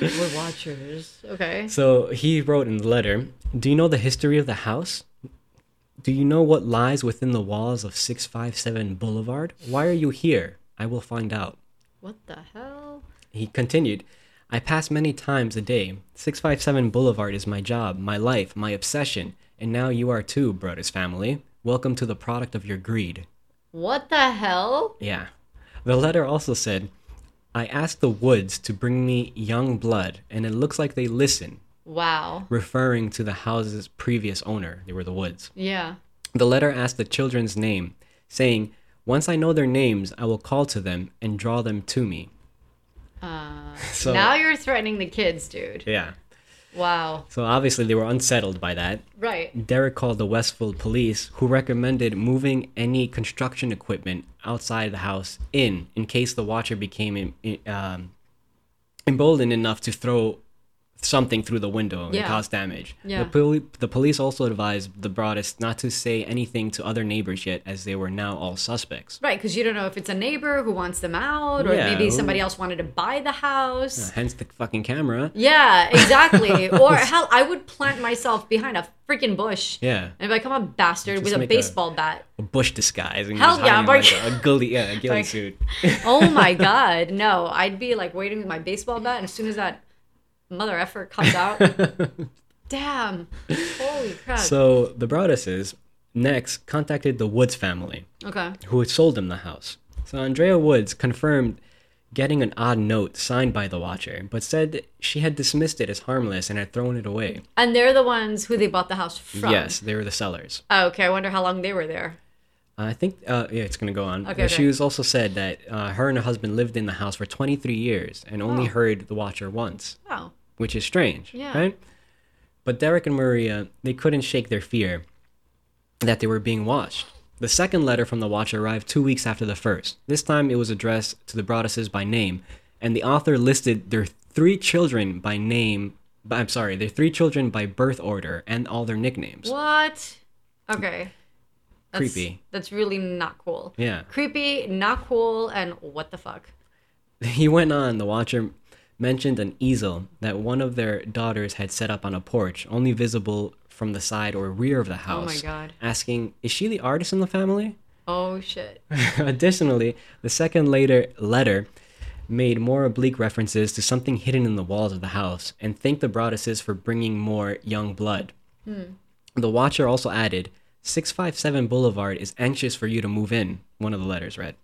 [SPEAKER 1] We're watchers. Okay.
[SPEAKER 2] So he wrote in the letter, "Do you know the history of the house? Do you know what lies within the walls of 657 Boulevard? Why are you here? I will find out."
[SPEAKER 1] What the hell?
[SPEAKER 2] He continued, "I pass many times a day. 657 Boulevard is my job, my life, my obsession, and now you are too, Brothers family. Welcome to the product of your greed."
[SPEAKER 1] What the hell?
[SPEAKER 2] Yeah. The letter also said, "I asked the woods to bring me young blood, and it looks like they listen."
[SPEAKER 1] Wow.
[SPEAKER 2] referring to the house's previous owner. They were the Woods.
[SPEAKER 1] Yeah.
[SPEAKER 2] The letter asked the children's name, saying, Once I know their names, I will call to them and draw them to me.
[SPEAKER 1] Uh,
[SPEAKER 2] So,
[SPEAKER 1] now you're threatening the kids, dude.
[SPEAKER 2] yeah.
[SPEAKER 1] Wow.
[SPEAKER 2] So obviously they were unsettled by that.
[SPEAKER 1] Right.
[SPEAKER 2] Derek called the Westfield police, who recommended moving any construction equipment outside the house in, in case the watcher became em- em- um, emboldened enough to throw something through the window and
[SPEAKER 1] Yeah.
[SPEAKER 2] cause damage.
[SPEAKER 1] Yeah.
[SPEAKER 2] The, poli- the police also advised the Broadest not to say anything to other neighbors yet, as they were now all suspects.
[SPEAKER 1] Right, because you don't know if it's a neighbor who wants them out, or
[SPEAKER 2] Yeah,
[SPEAKER 1] maybe
[SPEAKER 2] who-
[SPEAKER 1] somebody else wanted to buy the house.
[SPEAKER 2] Hence the fucking camera.
[SPEAKER 1] Yeah, exactly. or hell, I would plant myself behind a freaking bush.
[SPEAKER 2] Yeah.
[SPEAKER 1] And become a bastard
[SPEAKER 2] Just
[SPEAKER 1] with a
[SPEAKER 2] make a-
[SPEAKER 1] baseball bat.
[SPEAKER 2] A bush disguise and
[SPEAKER 1] Hell
[SPEAKER 2] just
[SPEAKER 1] yeah,
[SPEAKER 2] hiding
[SPEAKER 1] Mark-
[SPEAKER 2] in, like, a, a ghillie, yeah, a ghillie
[SPEAKER 1] Like-
[SPEAKER 2] suit.
[SPEAKER 1] Oh my god, no! I'd be like waiting with my baseball bat, and as soon as that mother effer comes out, damn! Holy crap!
[SPEAKER 2] So the Broaduses next contacted the Woods family.
[SPEAKER 1] okay,
[SPEAKER 2] who had sold him the house. So Andrea Woods confirmed getting an odd note signed by the Watcher, but said she had dismissed it as harmless and had thrown it away.
[SPEAKER 1] and they're the ones who they bought the house from. Oh,
[SPEAKER 2] Yes, they were the sellers.
[SPEAKER 1] Okay, I wonder how long they were there.
[SPEAKER 2] I think, uh, yeah, it's going to go on.
[SPEAKER 1] Okay,
[SPEAKER 2] she
[SPEAKER 1] okay.
[SPEAKER 2] was also said that uh, her and her husband lived in the house for 23 years and only heard the Watcher once,
[SPEAKER 1] Oh,
[SPEAKER 2] which is strange,
[SPEAKER 1] Yeah.
[SPEAKER 2] right? But Derek and Maria, they couldn't shake their fear that they were being watched. The second letter from the Watcher arrived two weeks after the first. This time it was addressed to the Broaduses by name, and the author listed their three children by name. By, I'm sorry, their three children by birth order and all their nicknames.
[SPEAKER 1] what? Okay, that's,
[SPEAKER 2] Creepy.
[SPEAKER 1] That's really not cool.
[SPEAKER 2] Yeah.
[SPEAKER 1] Creepy, not cool, and what the fuck?
[SPEAKER 2] He went on, the Watcher mentioned an easel that one of their daughters had set up on a porch, only visible from the side or rear of the
[SPEAKER 1] Oh
[SPEAKER 2] house,
[SPEAKER 1] my god.
[SPEAKER 2] asking, Is she the artist in the family?
[SPEAKER 1] Oh shit.
[SPEAKER 2] Additionally, the second later letter made more oblique references to something hidden in the walls of the house and thanked the Broaduses for bringing more young blood.
[SPEAKER 1] Hmm.
[SPEAKER 2] The Watcher also added, 657 Boulevard is anxious for you to move in, one of the letters read,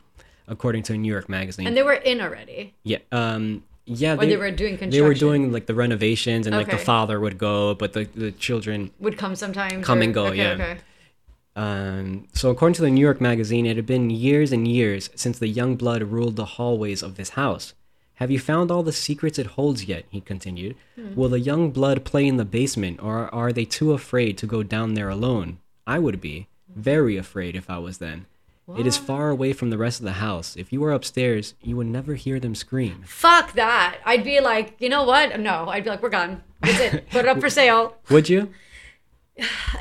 [SPEAKER 2] according to a New York magazine.
[SPEAKER 1] And they were in already.
[SPEAKER 2] yeah, um, yeah,
[SPEAKER 1] Or they were doing
[SPEAKER 2] they were
[SPEAKER 1] construction.
[SPEAKER 2] doing like the renovations and like
[SPEAKER 1] Okay.
[SPEAKER 2] the father would go, but the, the children
[SPEAKER 1] Would come sometimes.
[SPEAKER 2] Come
[SPEAKER 1] or-
[SPEAKER 2] and go,
[SPEAKER 1] okay,
[SPEAKER 2] yeah.
[SPEAKER 1] Okay.
[SPEAKER 2] Um, so, according to the New York Magazine, it had been years and years since the young blood ruled the hallways of this house. Have you found all the secrets it holds yet? He continued.
[SPEAKER 1] Hmm.
[SPEAKER 2] Will the young blood play in the basement, or are they too afraid to go down there alone? I would be very afraid if I was them. It is far away from the rest of the house. If you were upstairs, you would never hear them scream.
[SPEAKER 1] Fuck that. I'd be like, you know what? No, I'd be like, we're gone. That's it. Put it up for sale.
[SPEAKER 2] Would you?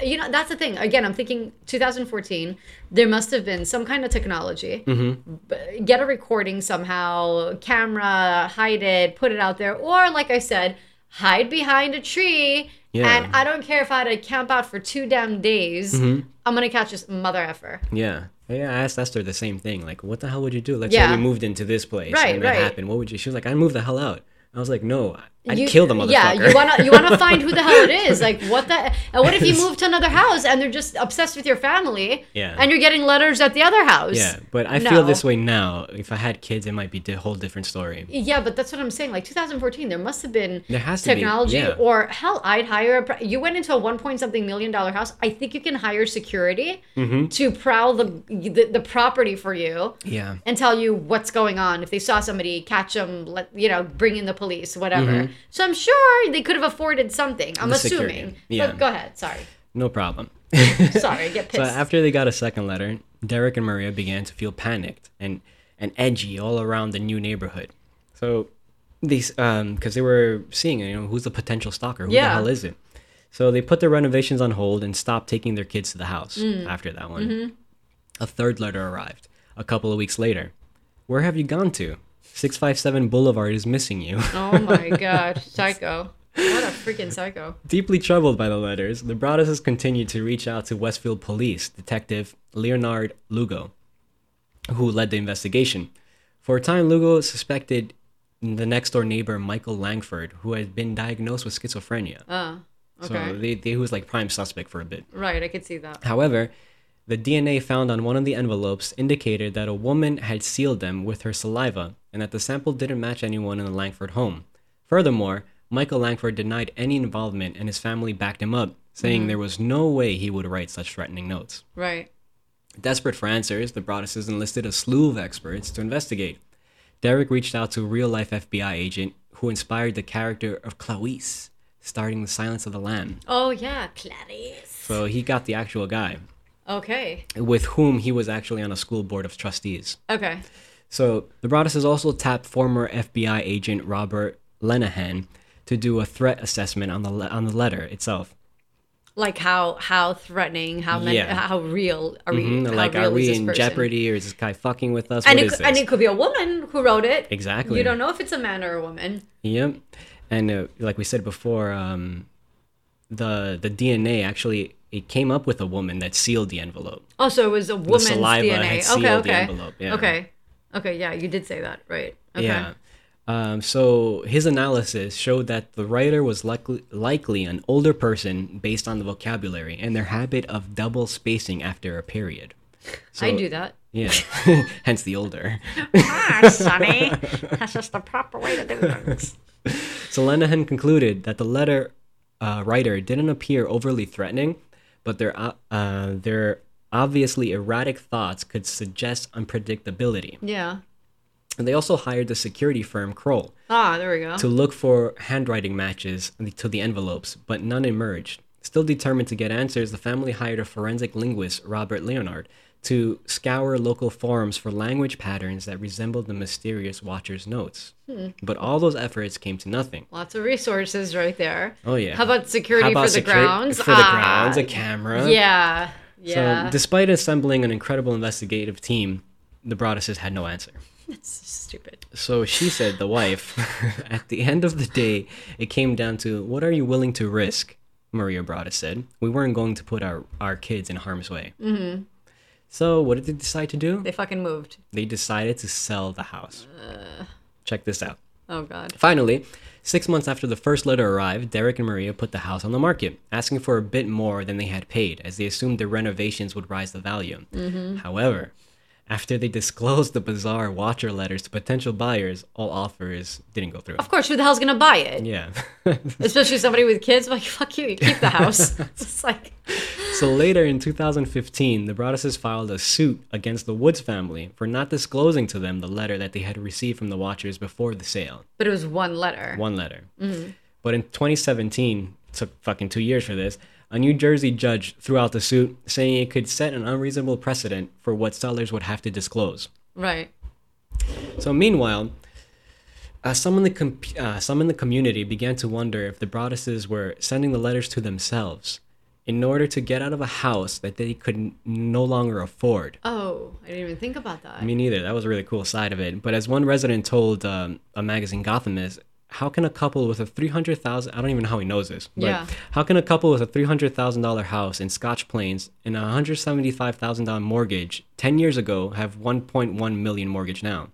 [SPEAKER 1] You know, that's the thing. Again, I'm thinking 2014. There must have been some kind of technology.
[SPEAKER 2] Mm-hmm.
[SPEAKER 1] B- Get a recording somehow, camera, hide it, put it out there, or like I said, hide behind a tree.
[SPEAKER 2] Yeah.
[SPEAKER 1] And I don't care if I had to camp out for two damn days.
[SPEAKER 2] Mm-hmm.
[SPEAKER 1] I'm gonna catch this mother effer.
[SPEAKER 2] Yeah. Yeah, I asked Esther the same thing. Like, what the hell would you do? Let's
[SPEAKER 1] Yeah.
[SPEAKER 2] say we moved into this place
[SPEAKER 1] Right,
[SPEAKER 2] and that
[SPEAKER 1] right.
[SPEAKER 2] happened. What would you? She was like, I'd move the hell out. I was like, no, I'd
[SPEAKER 1] You-
[SPEAKER 2] kill the motherfucker.
[SPEAKER 1] Yeah, you wanna you wanna find who the hell it is. Like what the and what if you move to another house and they're just obsessed with your family?
[SPEAKER 2] Yeah.
[SPEAKER 1] And you're getting letters at the other house.
[SPEAKER 2] Yeah, but I feel
[SPEAKER 1] No.
[SPEAKER 2] this way now. If I had kids, it might be a whole different story.
[SPEAKER 1] Yeah, but that's what I'm saying. Like 2014, there must have been
[SPEAKER 2] There has to be,
[SPEAKER 1] technology,
[SPEAKER 2] yeah.
[SPEAKER 1] or hell, I'd hire. A, pr- you went into a one point something million dollar house. I think you can hire security
[SPEAKER 2] Mm-hmm.
[SPEAKER 1] to prowl the, the the property for you
[SPEAKER 2] Yeah.
[SPEAKER 1] and tell you what's going on. If they saw somebody, catch them. Let you know, bring in the police, whatever. So I'm sure they could have afforded something. I'm
[SPEAKER 2] Mm-hmm. The security,
[SPEAKER 1] assuming.
[SPEAKER 2] yeah.
[SPEAKER 1] But go ahead. Sorry.
[SPEAKER 2] No problem.
[SPEAKER 1] Sorry. Get
[SPEAKER 2] So
[SPEAKER 1] pissed.
[SPEAKER 2] after they got a second letter, Derek and Maria began to feel panicked and, and edgy all around the new neighborhood. So these um because they were seeing you know who's the potential stalker who the
[SPEAKER 1] Yeah.
[SPEAKER 2] hell is it so they put their renovations on hold and stopped taking their kids to the house
[SPEAKER 1] Mm.
[SPEAKER 2] after that one
[SPEAKER 1] Mm-hmm.
[SPEAKER 2] a third letter arrived a couple of weeks later where have you gone to 657 boulevard is missing you
[SPEAKER 1] oh my god, psycho. What a freaking psycho.
[SPEAKER 2] Deeply troubled by the letters, the Broaduses continued to reach out to Westfield Police Detective Leonard Lugo, who led the investigation. For a time, Lugo suspected the next door neighbor, Michael Langford, who had been diagnosed with schizophrenia.
[SPEAKER 1] Uh, okay.
[SPEAKER 2] So they, they, he was like prime suspect for a bit.
[SPEAKER 1] right. I could see that.
[SPEAKER 2] However, the DNA found on one of the envelopes indicated that a woman had sealed them with her saliva and that the sample didn't match anyone in the Langford home. Furthermore, Michael Langford denied any involvement and his family backed him up, saying there was no way he would write such threatening notes.
[SPEAKER 1] Right.
[SPEAKER 2] Desperate for answers, the Broaduses enlisted a slew of experts to investigate. Derek reached out to a real life FBI agent who inspired the character of Clarice, starting The Silence of the Lamb.
[SPEAKER 1] Oh yeah, Clarice.
[SPEAKER 2] So he got the actual guy.
[SPEAKER 1] Okay.
[SPEAKER 2] with whom he was actually on a school board of trustees.
[SPEAKER 1] Okay.
[SPEAKER 2] So the Broaduses also tapped former FBI agent Robert Lenahan to do a threat assessment on the le- on the letter itself.
[SPEAKER 1] Like how how threatening, how many,
[SPEAKER 2] Yeah.
[SPEAKER 1] how real are we?
[SPEAKER 2] Mm,
[SPEAKER 1] how
[SPEAKER 2] Like,
[SPEAKER 1] real
[SPEAKER 2] are
[SPEAKER 1] is
[SPEAKER 2] we
[SPEAKER 1] this
[SPEAKER 2] in
[SPEAKER 1] person?
[SPEAKER 2] jeopardy, or is this guy fucking with us?
[SPEAKER 1] And
[SPEAKER 2] What
[SPEAKER 1] it,
[SPEAKER 2] is
[SPEAKER 1] cou-
[SPEAKER 2] this?
[SPEAKER 1] and it could be a woman who wrote it.
[SPEAKER 2] Exactly.
[SPEAKER 1] You don't know if it's a man or a woman.
[SPEAKER 2] Yep. And uh, like we said before, um, the the DNA actually it came up with a woman that sealed the envelope.
[SPEAKER 1] Oh, so it was a woman's
[SPEAKER 2] saliva
[SPEAKER 1] DNA.
[SPEAKER 2] had sealed
[SPEAKER 1] okay.
[SPEAKER 2] the
[SPEAKER 1] Okay.
[SPEAKER 2] envelope, yeah.
[SPEAKER 1] Okay. Okay. Yeah, you did say that, right? Okay.
[SPEAKER 2] Yeah. Um, so his analysis showed that the writer was likely, likely an older person based on the vocabulary and their habit of double spacing after a period. So,
[SPEAKER 1] I do that.
[SPEAKER 2] Yeah. Hence the older.
[SPEAKER 1] Ah, Sonny, that's just the proper way to do things.
[SPEAKER 2] So Lenihan concluded that the letter uh, writer didn't appear overly threatening, but their o- uh, their obviously erratic thoughts could suggest unpredictability.
[SPEAKER 1] Yeah.
[SPEAKER 2] And they also hired the security firm Kroll,
[SPEAKER 1] Ah, there we go.
[SPEAKER 2] to look for handwriting matches to the envelopes, but none emerged. Still determined to get answers, the family hired a forensic linguist, Robert Leonard, to scour local forums for language patterns that resembled the mysterious Watcher's notes.
[SPEAKER 1] Hmm.
[SPEAKER 2] But all those efforts came to nothing.
[SPEAKER 1] Lots of resources right there.
[SPEAKER 2] Oh, yeah.
[SPEAKER 1] How about security for the
[SPEAKER 2] securi-
[SPEAKER 1] grounds?
[SPEAKER 2] For the
[SPEAKER 1] Ah,
[SPEAKER 2] grounds, a camera.
[SPEAKER 1] Yeah.
[SPEAKER 2] So,
[SPEAKER 1] Yeah.
[SPEAKER 2] despite assembling an incredible investigative team, the Broaduses had no answer.
[SPEAKER 1] That's stupid.
[SPEAKER 2] So she said, the wife, at the end of the day, it came down to what are you willing to risk? Maria Brada said. We weren't going to put our, our kids in harm's way. Mm-hmm. So, what did they decide to do?
[SPEAKER 1] They fucking moved.
[SPEAKER 2] They decided to sell the house. Check this out.
[SPEAKER 1] Oh god.
[SPEAKER 2] Finally, six months after the first letter arrived, Derek and Maria put the house on the market, asking for a bit more than they had paid, as they assumed the renovations would rise the value. However, after they disclosed the bizarre watcher letters to potential buyers, all offers didn't go through.
[SPEAKER 1] Of course, who the hell's gonna buy it?
[SPEAKER 2] Yeah.
[SPEAKER 1] Especially somebody with kids. Like fuck you, you keep the house. it's like
[SPEAKER 2] so later in 2015, the Broadduses filed a suit against the Woods family for not disclosing to them the letter that they had received from the Watchers before the sale.
[SPEAKER 1] But it was one letter.
[SPEAKER 2] one letter. But in 2017, took fucking two years for this. A New Jersey judge threw out the suit, saying it could set an unreasonable precedent for what sellers would have to disclose.
[SPEAKER 1] Right.
[SPEAKER 2] So meanwhile, uh, some in the com- uh, some in the community began to wonder if the Broaduses were sending the letters to themselves in order to get out of a house that they could n- no longer afford.
[SPEAKER 1] Oh, I didn't even think about that.
[SPEAKER 2] Me neither. That was a really cool side of it. But as one resident told um, a magazine, Gotham is, how can a couple with a three hundred thousand? I don't even know how he knows this. But
[SPEAKER 1] Yeah.
[SPEAKER 2] How can a couple with a three hundred thousand dollar house in Scotch Plains and a hundred seventy five thousand dollar mortgage ten years ago have one point one million mortgage now?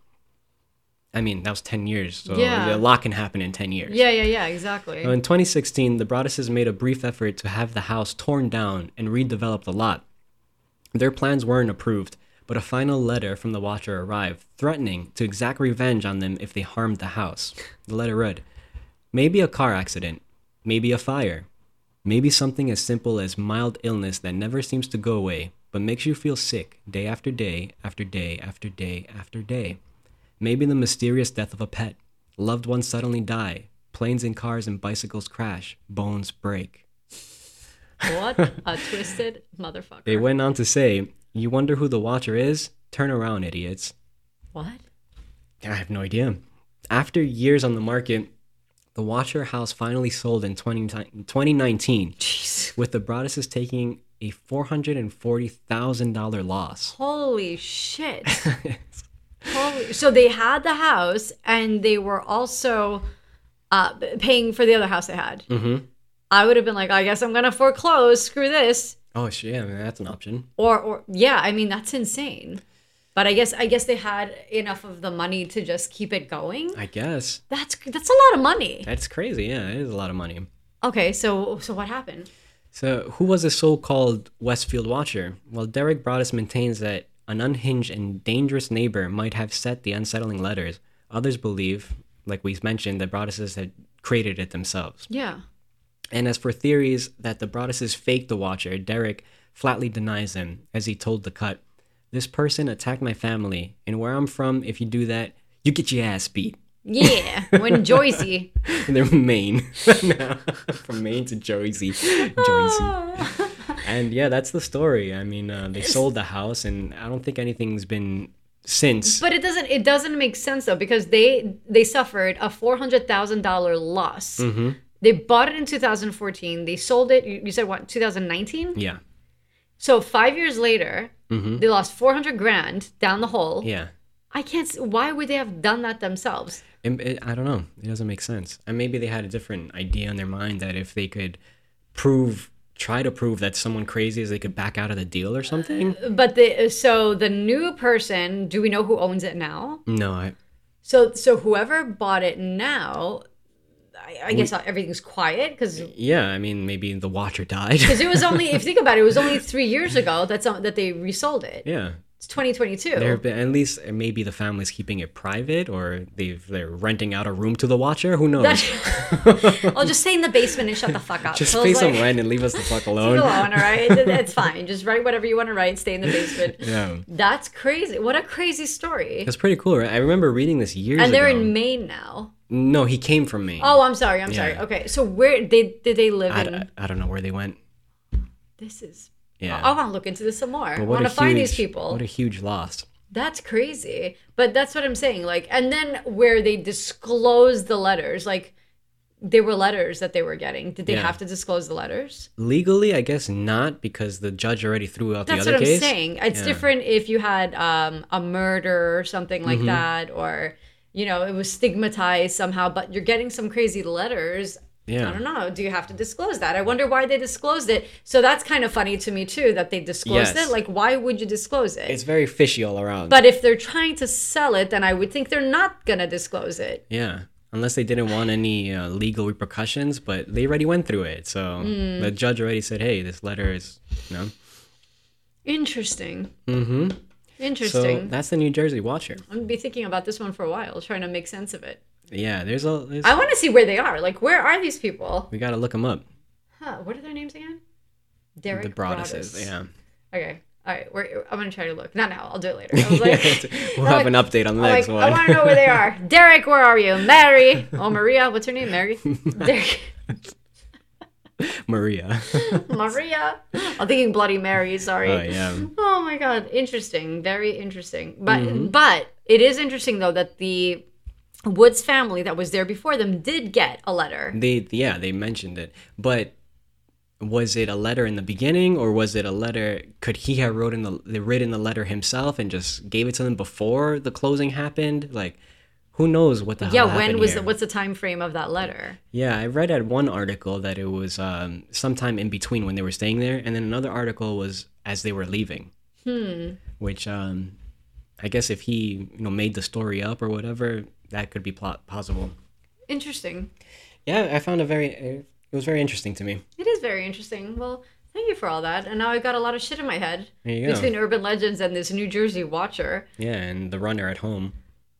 [SPEAKER 2] I mean, that was ten years. So
[SPEAKER 1] Yeah.
[SPEAKER 2] a lot can happen in ten years.
[SPEAKER 1] yeah, yeah, yeah, exactly.
[SPEAKER 2] Now, in 2016, the Broadduses made a brief effort to have the house torn down and redevelop the lot. Their plans weren't approved, but a final letter from the Watcher arrived, threatening to exact revenge on them if they harmed the house. The letter read Maybe a car accident, maybe a fire, maybe something as simple as mild illness that never seems to go away, but makes you feel sick day after day after day after day after day. Maybe the mysterious death of a pet. Loved ones suddenly die. Planes and cars and bicycles crash. Bones break.
[SPEAKER 1] what a twisted motherfucker.
[SPEAKER 2] They went on to say, You wonder who the watcher is? Turn around, idiots.
[SPEAKER 1] what?
[SPEAKER 2] I have no idea. After years on the market, the Watcher house finally sold in 20, 2019,
[SPEAKER 1] Jeez.
[SPEAKER 2] with the Broaduses taking a $440,000 loss.
[SPEAKER 1] Holy shit. Holy. So they had the house and they were also uh, b- paying for the other house they had.
[SPEAKER 2] Mhm.
[SPEAKER 1] I would have been like, I guess I'm going to foreclose. Screw this.
[SPEAKER 2] Oh, shit. Yeah, I mean, that's an option.
[SPEAKER 1] Or, or yeah, I mean, that's insane. But I guess I guess they had enough of the money to just keep it going.
[SPEAKER 2] I guess.
[SPEAKER 1] That's that's a lot of money.
[SPEAKER 2] That's crazy. Yeah, it is a lot of money.
[SPEAKER 1] Okay, so so what happened?
[SPEAKER 2] So, who was the so called Westfield Watcher? Well, Derek Broadus maintains that an unhinged and dangerous neighbor might have set the unsettling letters. Others believe, like we mentioned, that Broaduses had created it themselves.
[SPEAKER 1] Yeah.
[SPEAKER 2] And as for theories that the Broaduses faked the Watcher, Derek flatly denies them, as he told The Cut This person attacked my family, and where I'm from, if you do that, you get your ass beat.
[SPEAKER 1] Yeah, when Joycey.
[SPEAKER 2] They're Maine. No, From Maine to Jersey. Jersey. And yeah, that's the story. I mean, uh, they sold the house, and I don't think anything's been since.
[SPEAKER 1] But it doesn't it doesn't make sense though because they they suffered a four hundred thousand dollar loss. They bought it in two thousand fourteen. They sold it. You, you said what? Two thousand nineteen.
[SPEAKER 2] Yeah,
[SPEAKER 1] So five years later, they lost four hundred grand down the hole.
[SPEAKER 2] yeah.
[SPEAKER 1] I can't. s- Why would they have done that themselves?
[SPEAKER 2] It, it- I don't know. It doesn't make sense. And maybe they had a different idea in their mind that if they could prove, try to prove that someone crazy is, they could back out of the deal or something.
[SPEAKER 1] But the so the new person. Do we know who owns it now?
[SPEAKER 2] No, I.
[SPEAKER 1] So so whoever bought it now, I, I guess everything's quiet because
[SPEAKER 2] Yeah, I mean, maybe the watcher died.
[SPEAKER 1] Because it was only, if you think about it, it was only three years ago that's that they resold it.
[SPEAKER 2] yeah.
[SPEAKER 1] It's 2022.
[SPEAKER 2] There have been at least uh, maybe the family's keeping it private, or they've they're renting out a room to the watcher. Who knows?
[SPEAKER 1] I'll just stay in the basement and shut the fuck up.
[SPEAKER 2] Just
[SPEAKER 1] So I
[SPEAKER 2] pay
[SPEAKER 1] was
[SPEAKER 2] some
[SPEAKER 1] like,
[SPEAKER 2] rent and leave us the fuck
[SPEAKER 1] "Leave
[SPEAKER 2] alone.
[SPEAKER 1] it alone, all right? That- That's fine. Just write whatever you want to write. Stay in the basement.
[SPEAKER 2] Yeah,
[SPEAKER 1] That's crazy. What a crazy story.
[SPEAKER 2] that's pretty cool, right? I remember reading this years
[SPEAKER 1] And they're
[SPEAKER 2] ago.
[SPEAKER 1] in Maine now.
[SPEAKER 2] No, he came from Maine.
[SPEAKER 1] Oh, I'm sorry. I'm sorry.
[SPEAKER 2] Yeah.
[SPEAKER 1] Okay. So where they did they live
[SPEAKER 2] I,
[SPEAKER 1] in?
[SPEAKER 2] I- I don't know where they went.
[SPEAKER 1] this is.
[SPEAKER 2] Yeah.
[SPEAKER 1] I want to look into this some more. I
[SPEAKER 2] But
[SPEAKER 1] want
[SPEAKER 2] a
[SPEAKER 1] to find these
[SPEAKER 2] huge-
[SPEAKER 1] people.
[SPEAKER 2] What a huge loss.
[SPEAKER 1] That's crazy. But that's what I'm saying. Like, and then where they disclose the letters, like they were letters that they were getting. Did they
[SPEAKER 2] Yeah.
[SPEAKER 1] have to disclose the letters?
[SPEAKER 2] Legally, I guess not because the judge already threw out
[SPEAKER 1] That's
[SPEAKER 2] the
[SPEAKER 1] what
[SPEAKER 2] other
[SPEAKER 1] I'm
[SPEAKER 2] case.
[SPEAKER 1] saying. It's
[SPEAKER 2] Yeah.
[SPEAKER 1] different if you had um, a murder or something
[SPEAKER 2] Mm-hmm.
[SPEAKER 1] like that, or you know, it was stigmatized somehow. But you're getting some crazy letters.
[SPEAKER 2] Yeah.
[SPEAKER 1] I don't know. Do you have to disclose that? I wonder why they disclosed it. So that's kind of funny to me too that they disclosed
[SPEAKER 2] Yes.
[SPEAKER 1] it. Like, why would you disclose it?
[SPEAKER 2] It's very fishy all around.
[SPEAKER 1] but if they're trying to sell it, then I would think they're not gonna disclose it.
[SPEAKER 2] yeah. Unless they didn't want any uh, legal repercussions, but they already went through it. So
[SPEAKER 1] Mm.
[SPEAKER 2] the judge already said, hey, this letter is, you know.
[SPEAKER 1] Interesting.
[SPEAKER 2] Mm-hmm. So
[SPEAKER 1] Interesting.
[SPEAKER 2] that's the New Jersey Watcher.
[SPEAKER 1] I'm gonna be thinking about this one for a while, trying to make sense of it.
[SPEAKER 2] Yeah, there's a. There's,
[SPEAKER 1] I want to see where they are. Like, where are these people?
[SPEAKER 2] we got to look them up.
[SPEAKER 1] Huh? What are their names again?
[SPEAKER 2] The
[SPEAKER 1] Derek.
[SPEAKER 2] Broaduses.
[SPEAKER 1] Broadus.
[SPEAKER 2] Yeah.
[SPEAKER 1] Okay. All right. We're, I'm gonna try to look. Not now. I'll do it later. I was like,
[SPEAKER 2] we'll
[SPEAKER 1] I'm
[SPEAKER 2] have an update on the
[SPEAKER 1] I'm
[SPEAKER 2] next
[SPEAKER 1] like, I
[SPEAKER 2] one.
[SPEAKER 1] want to know where they are. Derek, where are you? Mary. Oh, Maria. What's her name? Mary. Derek.
[SPEAKER 2] Maria.
[SPEAKER 1] Maria. I'm thinking Bloody Mary. Sorry.
[SPEAKER 2] oh, yeah.
[SPEAKER 1] Oh my god, interesting, very interesting. But
[SPEAKER 2] Mm-hmm.
[SPEAKER 1] but it is interesting though that the Woods family that was there before them did get a letter.
[SPEAKER 2] They yeah, they mentioned it. But was it a letter in the beginning or was it a letter could he have wrote in the written the letter himself and just gave it to them before the closing happened? Like who knows what the hell
[SPEAKER 1] yeah, when
[SPEAKER 2] happened
[SPEAKER 1] was
[SPEAKER 2] here.
[SPEAKER 1] what's the time frame of that letter?
[SPEAKER 2] Yeah, I read at one article that it was um, sometime in between when they were staying there, and then another article was as they were leaving. Hmm. Which um, I guess if he you know made the story up or whatever, that could be plot possible.
[SPEAKER 1] Interesting.
[SPEAKER 2] Yeah, I found it very it was very interesting to me.
[SPEAKER 1] It is very interesting. Well, thank you for all that. And now I've got a lot of shit in my head
[SPEAKER 2] There you go.
[SPEAKER 1] between urban legends and this New Jersey watcher.
[SPEAKER 2] Yeah, and the runner at home.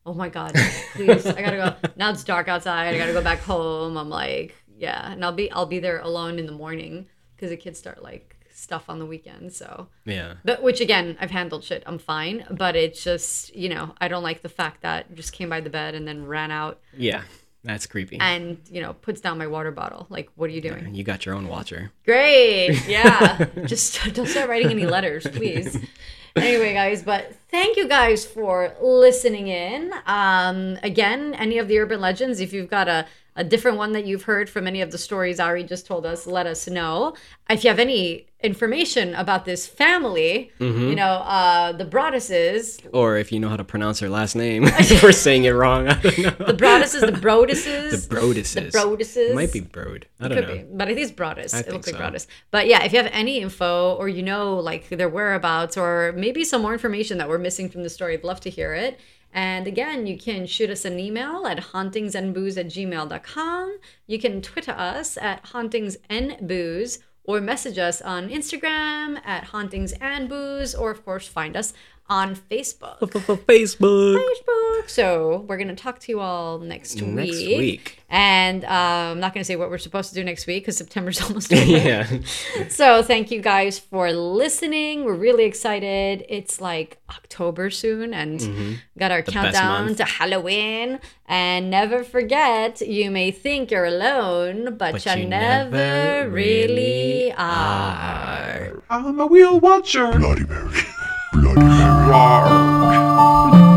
[SPEAKER 1] Oh my god, please! I gotta go. Now it's dark outside. I gotta go back home. I'm like, yeah, and I'll be I'll be there alone in the morning because the kids start like stuff on the weekend. So
[SPEAKER 2] Yeah.
[SPEAKER 1] But which again, I've handled shit. I'm fine. But it's just, you know, I don't like the fact that it just came by the bed and then ran out
[SPEAKER 2] Yeah. That's creepy.
[SPEAKER 1] and, you know, puts down my water bottle. Like, what are you doing?
[SPEAKER 2] you got your own watcher.
[SPEAKER 1] Great. Yeah. Just don't start writing any letters, please. Anyway, guys, but thank you guys for listening in. Um, again, any of the urban legends, if you've got a, a different one that you've heard from any of the stories Ari just told us, let us know. If you have any information about this family,
[SPEAKER 2] Mm-hmm.
[SPEAKER 1] you know, uh, the Broaduses,
[SPEAKER 2] Or if you know how to pronounce her last name, we're saying it wrong. I don't know.
[SPEAKER 1] the Broaduses, the Broaduses,
[SPEAKER 2] The Broaduses.
[SPEAKER 1] Broaduses.
[SPEAKER 2] It might be Broad. I don't
[SPEAKER 1] Could
[SPEAKER 2] know.
[SPEAKER 1] be, but I think it's Broadus. it
[SPEAKER 2] think
[SPEAKER 1] looks like
[SPEAKER 2] so.
[SPEAKER 1] Broadus. But yeah, if you have any info or you know like their whereabouts or maybe some more information that we're missing from the story, I'd love to hear it. And again, you can shoot us an email at hauntingsandbooze at gmail.com. You can Twitter us at hauntingsandbooze or message us on Instagram at hauntingsandbooze or, of course, find us on Facebook.
[SPEAKER 2] Facebook.
[SPEAKER 1] Facebook. So we're going to talk to you all next week.
[SPEAKER 2] Next week.
[SPEAKER 1] And uh, I'm not going to say what we're supposed to do next week because September's almost over.
[SPEAKER 2] Yeah.
[SPEAKER 1] So thank you guys for listening. We're really excited. It's like October soon and got our countdown
[SPEAKER 2] Mm-hmm. month.
[SPEAKER 1] to Halloween. And never forget, you may think you're alone, but,
[SPEAKER 2] But
[SPEAKER 1] you,
[SPEAKER 2] you
[SPEAKER 1] never,
[SPEAKER 2] never
[SPEAKER 1] really
[SPEAKER 2] really
[SPEAKER 1] are.
[SPEAKER 3] I'm a wheel watcher.
[SPEAKER 4] Bloody Mary. Bloody Mary.
[SPEAKER 3] Rawr.